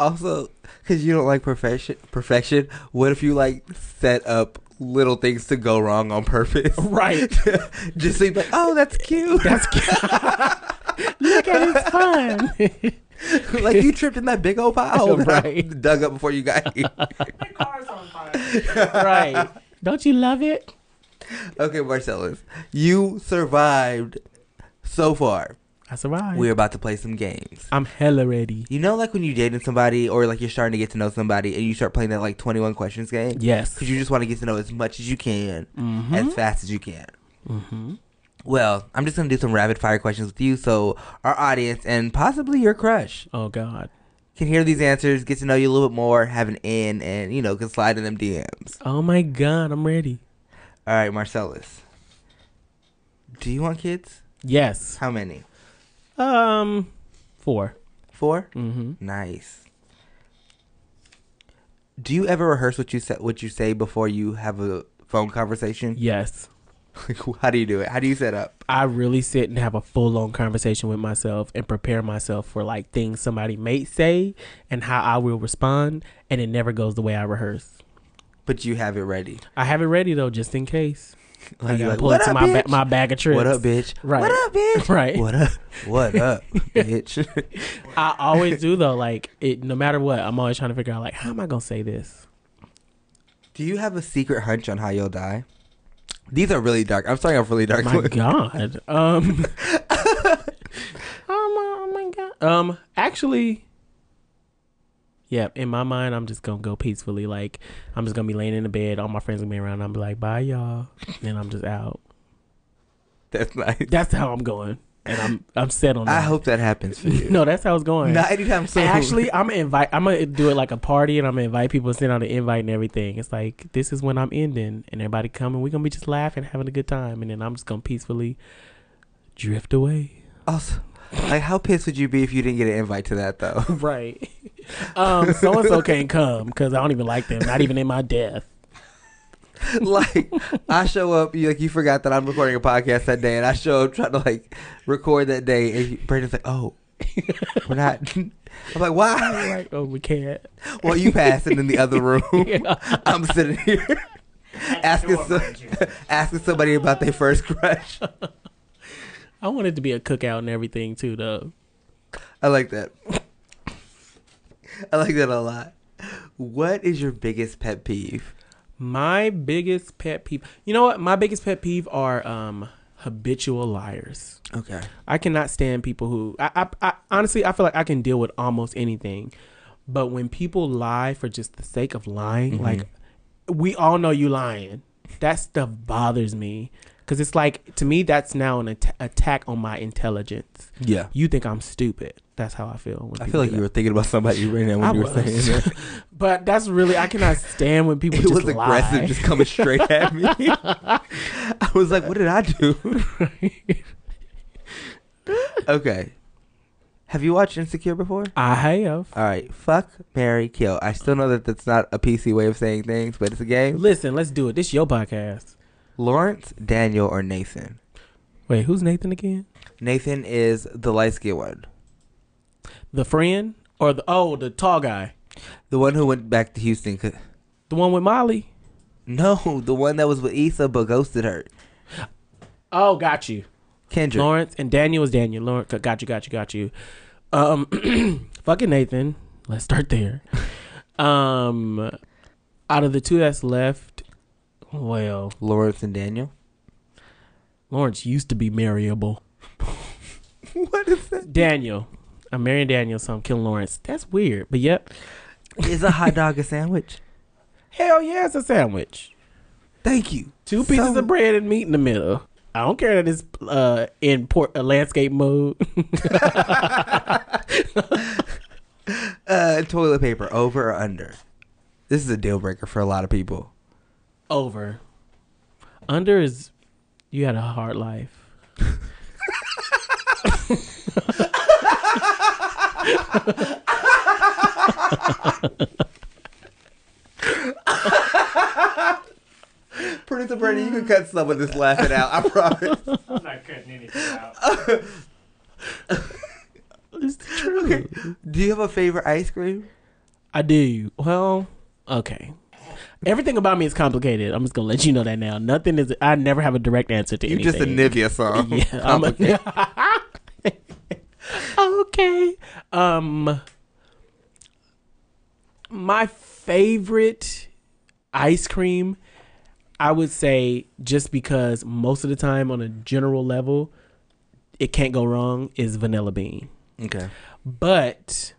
Also, because you don't like perfection, perfection. What if you like set up little things to go wrong on purpose? Right. Just so you like, oh, that's cute. That's cute. Look at it's fun. like you tripped in that big old pile that I Right. dug up before you got here. right. Don't you love it? Okay, Marcellus, you survived so far. I survived. We're about to play some games. I'm hella ready. You know, like when you're dating somebody or like you're starting to get to know somebody and you start playing that like 21 questions game? Yes. Because you just want to get to know as much as you can, Mhm. as fast as you can. Mm-hmm. Well, I'm just going to do some rapid fire questions with you so our audience and possibly your crush Oh God. can hear these answers, get to know you a little bit more, have an in, and, you know, can slide in them DMs. Oh my God, I'm ready. All right, Marcellus. Do you want kids? Yes. How many? Um, four. Four? Mm-hmm. Nice. Do you ever rehearse what you say, what you say before you have a phone conversation? Yes. How do you do it? How do you set up? I really sit and have a full on conversation with myself and prepare myself for like things somebody may say and how I will respond, and it never goes the way I rehearse. But you have it ready. I have it ready though, just in case. I you're gotta like, pull "What it to up, my ba- bitch? my bag of tricks. What up, bitch? Right. What up, bitch? Right. What up? What up, bitch? I always do though. Like it, no matter what, I'm always trying to figure out like how am I gonna say this. Do you have a secret hunch on how you'll die? These are really dark. I'm starting off really dark. My God. Um. oh my, oh my God. Um. Actually. Yeah, in my mind, I'm just gonna go peacefully. Like, I'm just gonna be laying in the bed. All my friends gonna be around. I'm be like, bye, y'all. And I'm just out. That's nice. That's how I'm going, and I'm I'm set on that. I hope that happens for you. no, that's how it's going. Not anytime soon. Actually, I'm gonna invite. I'm gonna do it like a party, and I'm gonna invite people, send out an invite and everything. It's like this is when I'm ending, and everybody coming. We're gonna be just laughing, having a good time, and then I'm just gonna peacefully drift away. Also, like, how pissed would you be if you didn't get an invite to that though? Right. Um. So and so can't come because I don't even like them. Not even in my death. like I show up, you like you forgot that I'm recording a podcast that day, and I show up trying to like record that day, and you- Brandon's like, "Oh, we're not." I'm like, "Why?" Like, oh, we can't. Well, you passing in the other room. I'm sitting here asking some, asking somebody about their first crush. I want it to be a cookout and everything too, though. I like that. I like that a lot. What is your biggest pet peeve? My biggest pet peeve. You know what? My biggest pet peeve are um habitual liars. Okay. I cannot stand people who I, I, I honestly I feel like I can deal with almost anything, but when people lie for just the sake of lying, Mhm. like we all know you lying, that stuff bothers me. Because it's like, to me, that's now an at- attack on my intelligence. Yeah. You think I'm stupid. That's how I feel. When I people feel like do you were thinking about somebody right now when I you were was. saying that. but that's really I cannot stand when people It just was aggressive, lie. just coming straight at me. I was like, "What did I do?" okay. Have you watched Insecure before? I have. All right. Fuck, Mary, kill. I still know that that's not a PC way of saying things, but it's a game. Listen, let's do it. This your podcast. Lawrence, Daniel, or Nathan? Wait, who's Nathan again? Nathan is the light skinned one, The friend or the oh the tall guy, the one who went back to Houston. 'cause- the one with Molly. No, the one that was with Issa but ghosted her. Oh, got you. Kendrick. Lawrence and Daniel is Daniel. Lawrence, got you, got you, got you. Um, fucking Nathan. Let's start there. Um, out of the two that's left, well, Lawrence and Daniel. Lawrence used to be marryable. what is that? Daniel. I'm marrying Daniel, so I'm killing Lawrence. That's weird, but yep. Is a hot dog a sandwich? Hell yeah, it's a sandwich. Thank you. Two pieces of bread and meat in the middle. I don't care that it's uh, in port uh, landscape mode. Uh, toilet paper, over or under? This is a deal breaker for a lot of people. Over. Under is you had a hard life. Producer Brady, you can cut some of this laughing out. I promise. I'm not cutting anything out. Do you have a favorite ice cream? I do. Well, okay. Everything about me is complicated. I'm just gonna let you know that now. Nothing is. I never have a direct answer to You anything. just a Nivea song. Yeah. I'm a- okay. Um. My favorite ice cream, I would say, just because most of the time on a general level, it can't go wrong is vanilla bean. Okay. But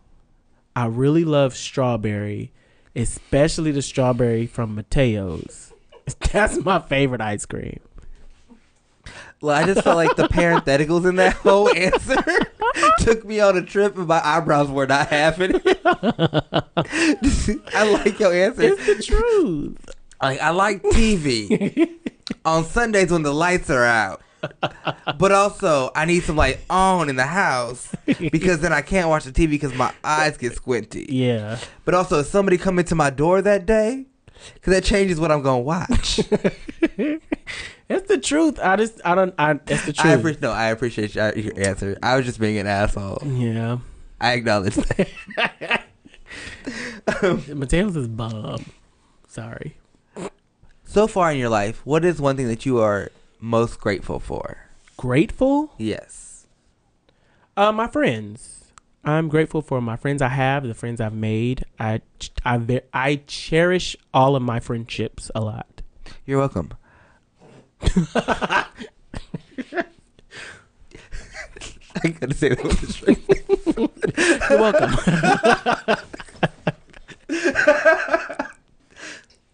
I really love strawberry, especially the strawberry from Mateo's. That's my favorite ice cream. Well, I just felt like the parentheticals in that whole answer took me on a trip, and my eyebrows were not happening. I like your answer. It's the truth. Like I like TV on Sundays when the lights are out, but also I need some light on in the house because then I can't watch the TV because my eyes get squinty. Yeah. But also, if somebody come into my door that day, because that changes what I'm gonna watch. That's the truth. I just I don't I that's the I truth. appre- no, I appreciate your, your answer. I was just being an asshole. yeah. I acknowledge that. Mateo's is bomb. Sorry. So far in your life, what is one thing that you are most grateful for? Grateful? Yes. Uh my friends. I'm grateful for my friends I have, the friends I've made. I ch- I ve- I cherish all of my friendships a lot. You're welcome. I gotta say that was straight. You're welcome.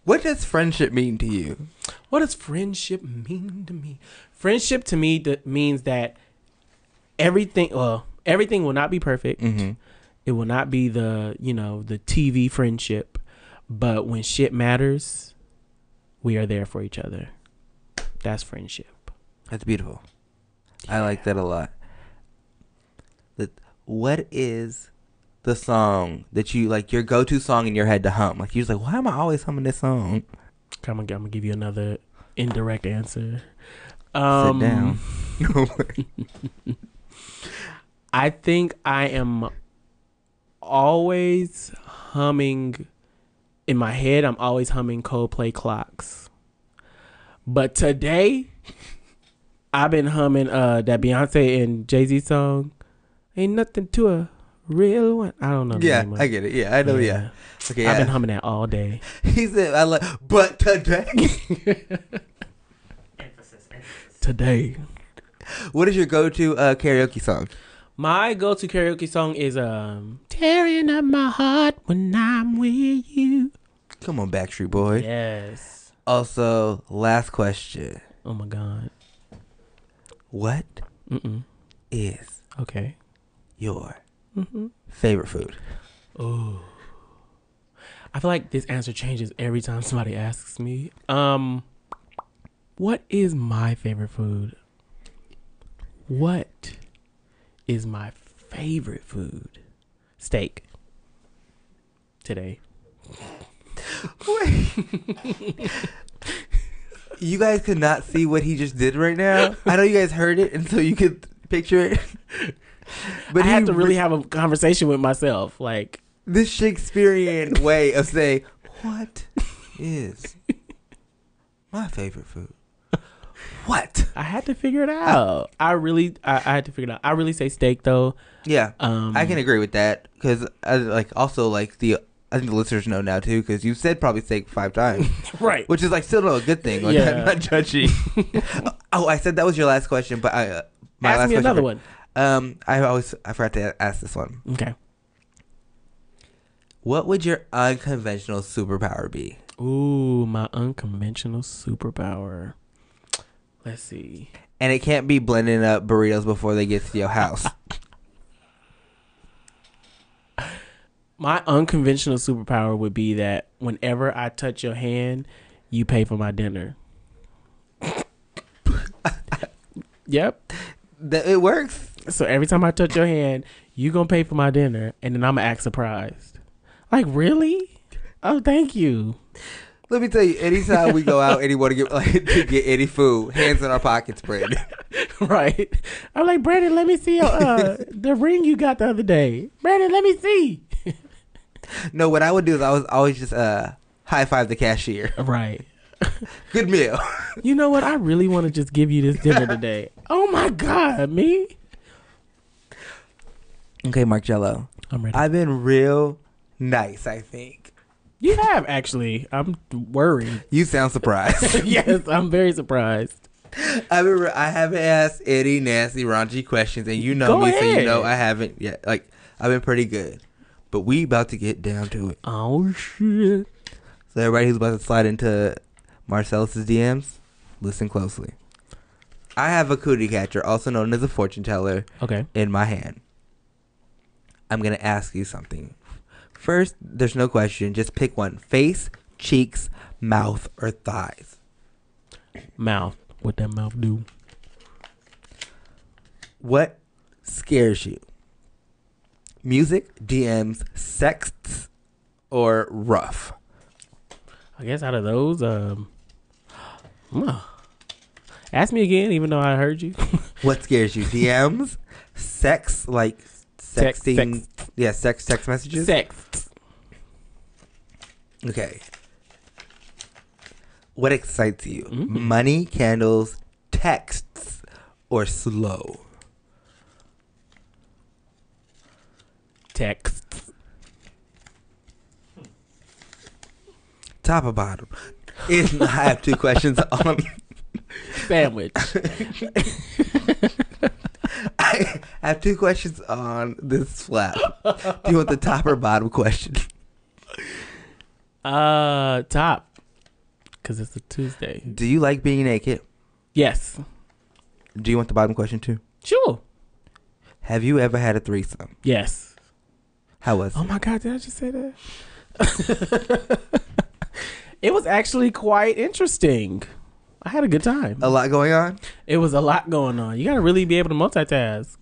what does friendship mean to you? What does friendship mean to me? Friendship to me th- means that everything, well, everything will not be perfect. It will not be the, you know, the TV friendship, but when shit matters, we are there for each other. That's friendship. That's beautiful. I like that a lot. That what is the song that you like your go to song in your head to hum? Like you're just like, why am I always humming this song? Come on, I'm gonna give you another indirect answer. Um, down. I think I am always humming in my head. I'm always humming Coldplay clocks. But today, I've been humming uh that Beyonce and Jay Z song. Ain't nothing to a real one. I don't know. the Yeah, name of I it. get it. Yeah, I know. Yeah. Okay. I've yeah. been humming that all day. He said, "I like, but today." Today. What is your go-to uh, karaoke song? My go-to karaoke song is um Tearing up my heart when I'm with you. Come on, Backstreet Boy. yes. Also, last question: Oh my god. What is Mm-mm. okay your Mhm. favorite food? Oh. I feel like this answer changes every time somebody asks me. Um what is my favorite food? What is my favorite food? Steak. Today. You guys could not see what he just did right now. I know you guys heard it, and so you could picture it. But I he have to really re- have a conversation with myself. Like this Shakespearean way of saying what is my favorite food. What? I had to figure it out. I really I, I had to figure it out. I really say steak though. Yeah, Um I can agree with that because like also like the I think the listeners know now too because you said probably steak five times, Right. Which is like still not a good thing. Like Yeah. I'm not judging. oh, I said that was your last question, but I uh, my Ask last me question another for- one. Um, I always I forgot to ask this one. Okay. What would your unconventional superpower be? Ooh, my unconventional superpower. Let's see. And it can't be blending up burritos before they get to your house. My unconventional superpower would be that whenever I touch your hand, you pay for my dinner. yep. it works. So every time I touch your hand, you gonna pay for my dinner, and then I'm gonna act surprised. Like really? Oh, thank you. Let me tell you, anytime we go out, anyone to get like to get any food, hands in our pockets, Brandon. right. I'm like Brandon. Let me see your, uh, the ring you got the other day. Brandon, let me see. No, what I would do is I was always just uh high five the cashier. Right. Good meal. You know what? I really want to just give you this dinner today. Oh my god, me. Okay, Mark Jello. I'm ready. I've been real nice, I think. You have actually. I'm worried. You sound surprised. yes, I'm very surprised. I've been re- I haven't asked any nasty, raunchy questions, and you know Go me, so ahead. you know I haven't yet. Like I've been pretty good, but we about to get down to it. Oh shit! So everybody who's about to slide into Marcellus' DMs, listen closely. I have a cootie catcher, also known as a fortune teller, Okay. in my hand. I'm gonna ask you something. First, there's no question. Just pick one: face, cheeks, mouth, or thighs. Mouth. What that mouth do? What scares you? Music, DMs, sexts, or rough? I guess out of those, um, huh. ask me again. Even though I heard you. What scares you? DMs, sex, like Sex, sexting. sex. Yeah, sex, text messages. Sex. Okay. What excites you? Money, candles, texts, or slow? Text. Top or bottom? It's, I have two questions on. Sandwich. I have two questions on this flap. Do you want the top or bottom question? Uh, top. Cause it's a Tuesday. Do you like being naked? Yes. Do you want the bottom question too? Sure. Have you ever had a threesome? Yes. How was Oh it? my god! Did I just say that? it was actually quite interesting. I had a good time. A lot going on. It was a lot going on. You gotta really be able to multitask.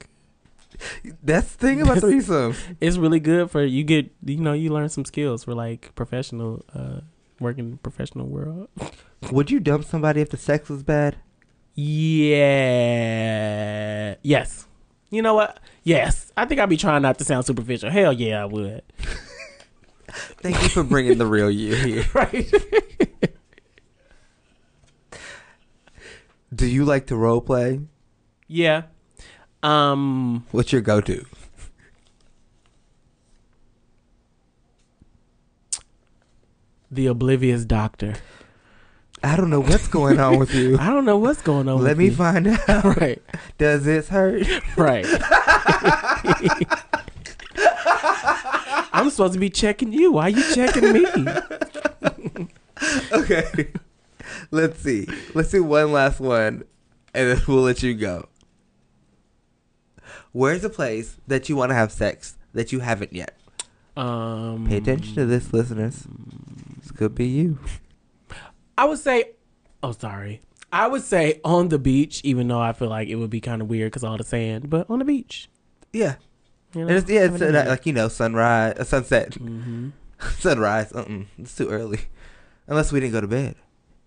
That's the thing about threesomes. It's really good for you get you know you learn some skills for like professional uh working in the professional world. Would you dump somebody if the sex was bad? Yeah. Yes. You know what? Yes. I think I'd be trying not to sound superficial. Hell yeah, I would. Thank you for bringing the real you here. Right. Do you like to role play? yeah. Um What's your go to? the oblivious doctor. I don't know what's going on with you. I don't know what's going on. Let with me you. find out. Right. Does this hurt? Right. I'm supposed to be checking you. Why you checking me? Okay. Let's see. Let's do one last one and then we'll let you go. Where's a place that you want to have sex that you haven't yet? Um, Pay attention to this, listeners. This could be you. I would say, oh, sorry. I would say on the beach, even though I feel like it would be kind of weird because all the sand, but on the beach. Yeah. You Mm-hmm. And it's, yeah, it's having a uh, day. like you know, sunrise, uh, sunset, sunrise. Uh-uh, it's too early, unless we didn't go to bed.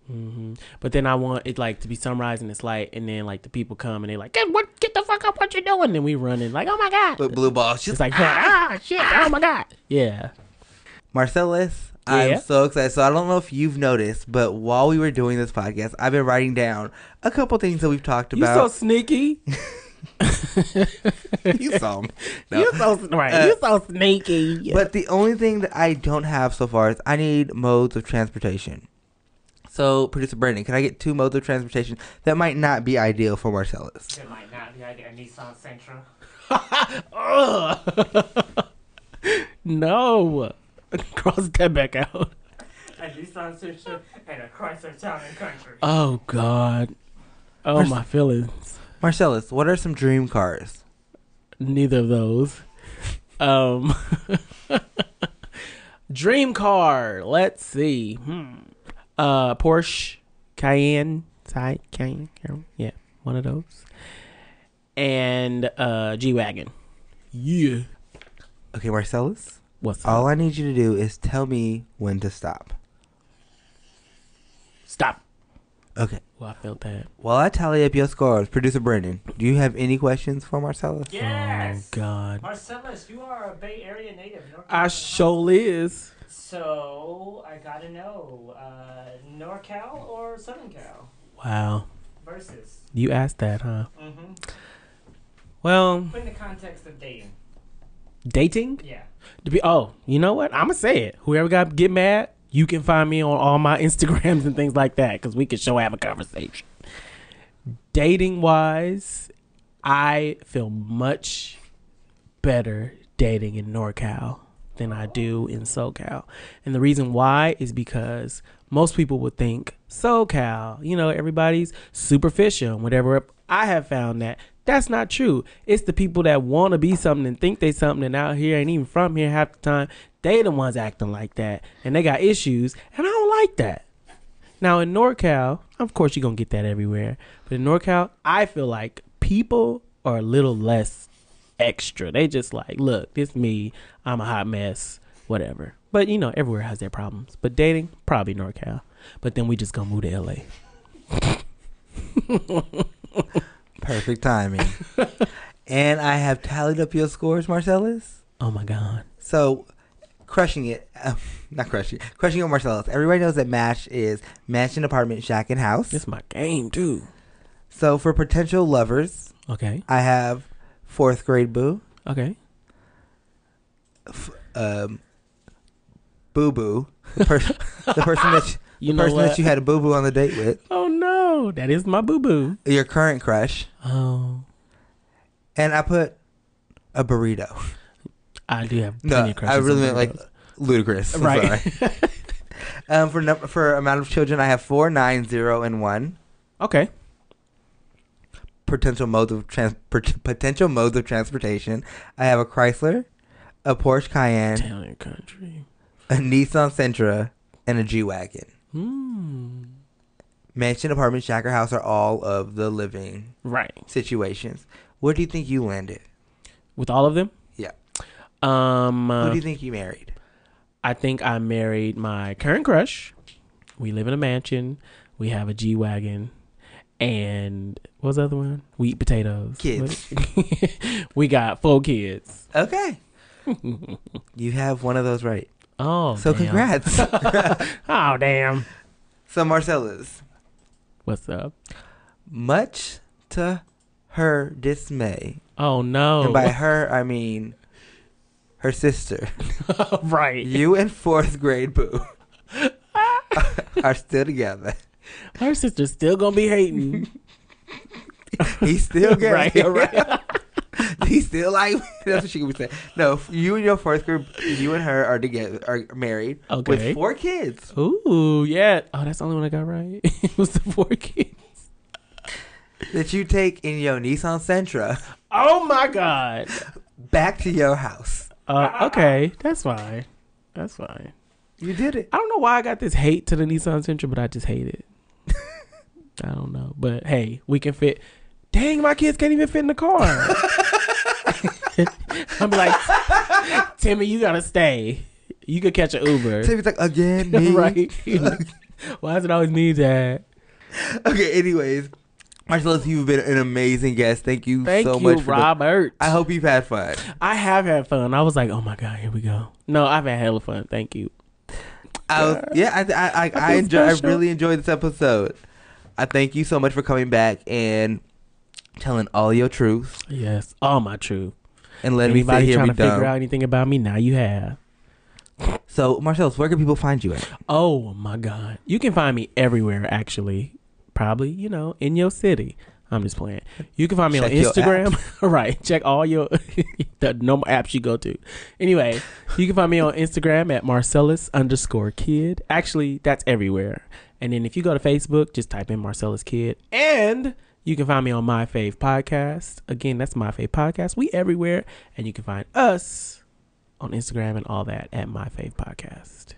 hmm But then I want it like to be sunrise and it's light, and then like the people come and they like, get what, get the fuck up, what you doing? And then we running like, oh my god. But blue ball, she's It's like, ah shit, oh my god. Yeah. Marcellus, Yeah? I'm so excited. So I don't know if you've noticed, but while we were doing this podcast, I've been writing down a couple things that we've talked You so about. sneaky. you saw 'em. No. You so right. Uh, you so sneaky. But the only thing that I don't have so far is I need modes of transportation. So, producer Brandon, can I get two modes of transportation that might not be ideal for Marcellus? It might not be like a Nissan Sentra. no. Cross that back out. A Nissan Sentra and a Chrysler Town and Country. Oh God. Oh Marce- my feelings. Marcellus, what are some dream cars? Neither of those. Um Dream car. Let's see. Hmm. Uh Porsche Cayenne. Ty- Cayenne. Cayenne? Yeah, one of those. And uh G Wagon. Yeah. Okay, Marcellus. What's all I need you to do is tell me when to stop. Stop. Okay. Well, I felt that. While I tally up your scores, producer Brandon, do you have any questions for Marcellus? Yes. God. Marcellus, you are a Bay Area native. North I Carolina. sure is. So I gotta know, uh, NorCal or Southern Cal Wow. versus. You asked that, huh? Mm-hmm. Well, Put in the context of dating. dating? Yeah. To be oh, you know what? I'ma say it. Whoever got get mad, you can find me on all my Instagrams and things like that, because we can show have a conversation. Dating wise, I feel much better dating in NorCal than I do in SoCal. And the reason why is because most people would think SoCal, you know, everybody's superficial and whatever. I have found that that's not true. It's the people that want to be something and think they something and out here and even from here half the time, they the ones acting like that and they got issues and I don't like that. Now in NorCal, of course you're gonna get that everywhere, but in NorCal, I feel like people are a little less extra. They just like, look, this me, I'm a hot mess, whatever. But you know, everywhere has their problems. But dating, probably NorCal. But then we just gonna move to LA. Perfect timing. and I have tallied up your scores, Marcellus. Oh my God. So, crushing it. Uh, not crushing it. Crushing it, with Marcellus. Everybody knows that MASH is mansion, apartment, shack, and house. It's my game, too. So, for potential lovers, Okay. I have fourth grade boo, Okay. um, boo boo, the, person the person that you, You the know person what? that you had a boo boo on the date with, Oh no, that is my boo boo. your current crush, Oh, and I put a burrito. I do have plenty No, of crushes. I really on meant like Virgos. ludicrous. I'm Right. sorry. um, for number for amount of children, I have four, nine, zero, and one. Okay. Potential modes of trans- per- potential modes of transportation. I have a Chrysler, a Porsche Cayenne, Italian country. a Nissan Sentra, and a G wagon. Hmm. Mansion, apartment, shack, or house are all of the living Right. situations. Where do you think you landed? With all of them? Yeah. Um Who uh, do you think you married? I think I married my current crush. We live in a mansion. We have a G Wagon. And what was the other one? We eat potatoes. Kids. we got four kids. Okay. you have one of those right. Oh. So damn. congrats. oh damn. so Marcellus, What's up? much to her dismay, Oh no. and by her I mean her sister, right. you and fourth grade Boo are still together. Her sister's still gonna be hating. He's still gay. Right, right. He's still like me. that's what she could be saying. No, you and your fourth group, you and her are together, are married Okay. with four kids. Ooh, yeah. Oh, that's the only one I got right. it was the four kids. that you take in your Nissan Sentra. Oh my god. Back to your house. Uh, okay, that's fine. That's fine. You did it. I don't know why I got this hate to the Nissan Sentra, but I just hate it. I don't know, but hey, we can fit. Dang, my kids can't even fit in the car. I'm like, Timmy, you gotta stay. You could catch an Uber. Timmy's like, again, me? right? why is it always me, Dad? Okay, anyways. Marcellus, you've been an amazing guest. Thank you Thank so you, much. the- Robert. I hope you've had fun. I have had fun. I was like, oh my god, here we go. No, I've had hella fun. Thank you. I was, yeah, I I, I, I, feel enjoy, I special. really enjoyed this episode. I thank you so much for coming back and telling all your truths. Yes, all my truth. And letting Anybody me sit here trying be to figure out dumb. anything about me? Now you have. So, Marcellus, where can people find you at? Oh my God. You can find me everywhere, actually. Probably, you know, in your city. I'm just playing. You can find me Check on your Instagram. right. Check all your the normal apps you go to. Anyway, you can find me on Instagram at Marcellus underscore kid. Actually, that's everywhere. And then if you go to Facebook, just type in Marcellus Kid. And you can find me on My Fave Podcast. Again, that's My Fave Podcast. We everywhere. And you can find us on Instagram and all that at My Fave Podcast.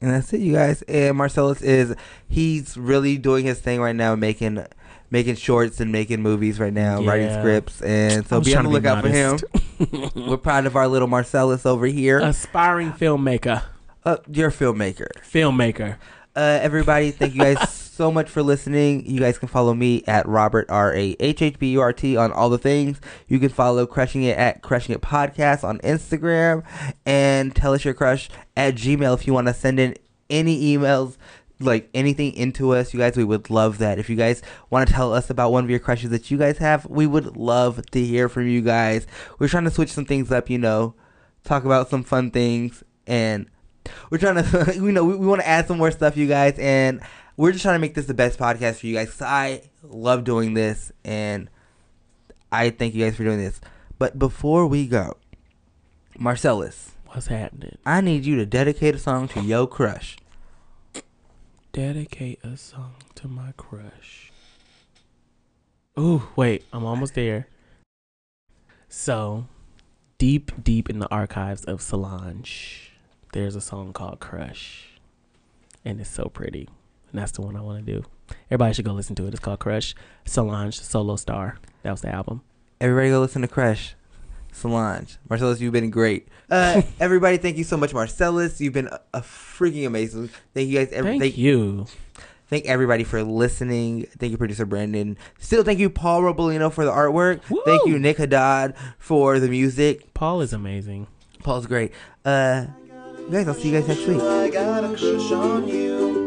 And that's it, you guys. And Marcellus is he's really doing his thing right now, making making shorts and making movies right now, writing Yeah. scripts. And I so was be on the trying to be lookout for him. We're proud of our little Marcellus over here. Aspiring filmmaker. Uh, you're a filmmaker. Filmmaker. Uh, everybody, thank you guys so much for listening. You guys can follow me at Robert R A H H B U R T on all the things. You can follow Crushing It at Crushing It Podcast on Instagram and tell us your crush at Gmail if you want to send in any emails. Like anything into us, you guys, we would love that. If you guys want to tell us about one of your crushes that you guys have, we would love to hear from you guys. We're trying to switch some things up, you know, talk about some fun things and we're trying to you know we, we want to add some more stuff you guys and we're just trying to make this the best podcast for you guys 'cause i love doing this and i thank you guys for doing this but before we go marcellus What's happening? i need you to dedicate a song to yo crush Dedicate a song to my crush. Ooh, wait, I'm almost there. So, deep, deep in the archives of Solange, there's a song called Crush. And it's so pretty. And that's the one I want to do. Everybody should go listen to it. It's called Crush. Solange Solo Star. That was the album. everybody go listen to crush solange marcellus you've been great uh, everybody thank you so much marcellus you've been a, a freaking amazing thank you guys every, Thank you. Thank everybody for listening. Thank you, producer Brandon. Still, thank you, Paul Robolino, for the artwork. Thank you, Nick Haddad, for the music. Paul is amazing. Paul's great. Uh, you guys, I'll see you guys next week. I got a crush on you.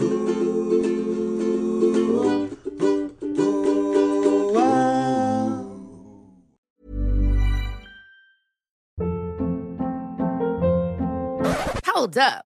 Ooh, ooh, ah. Hold up.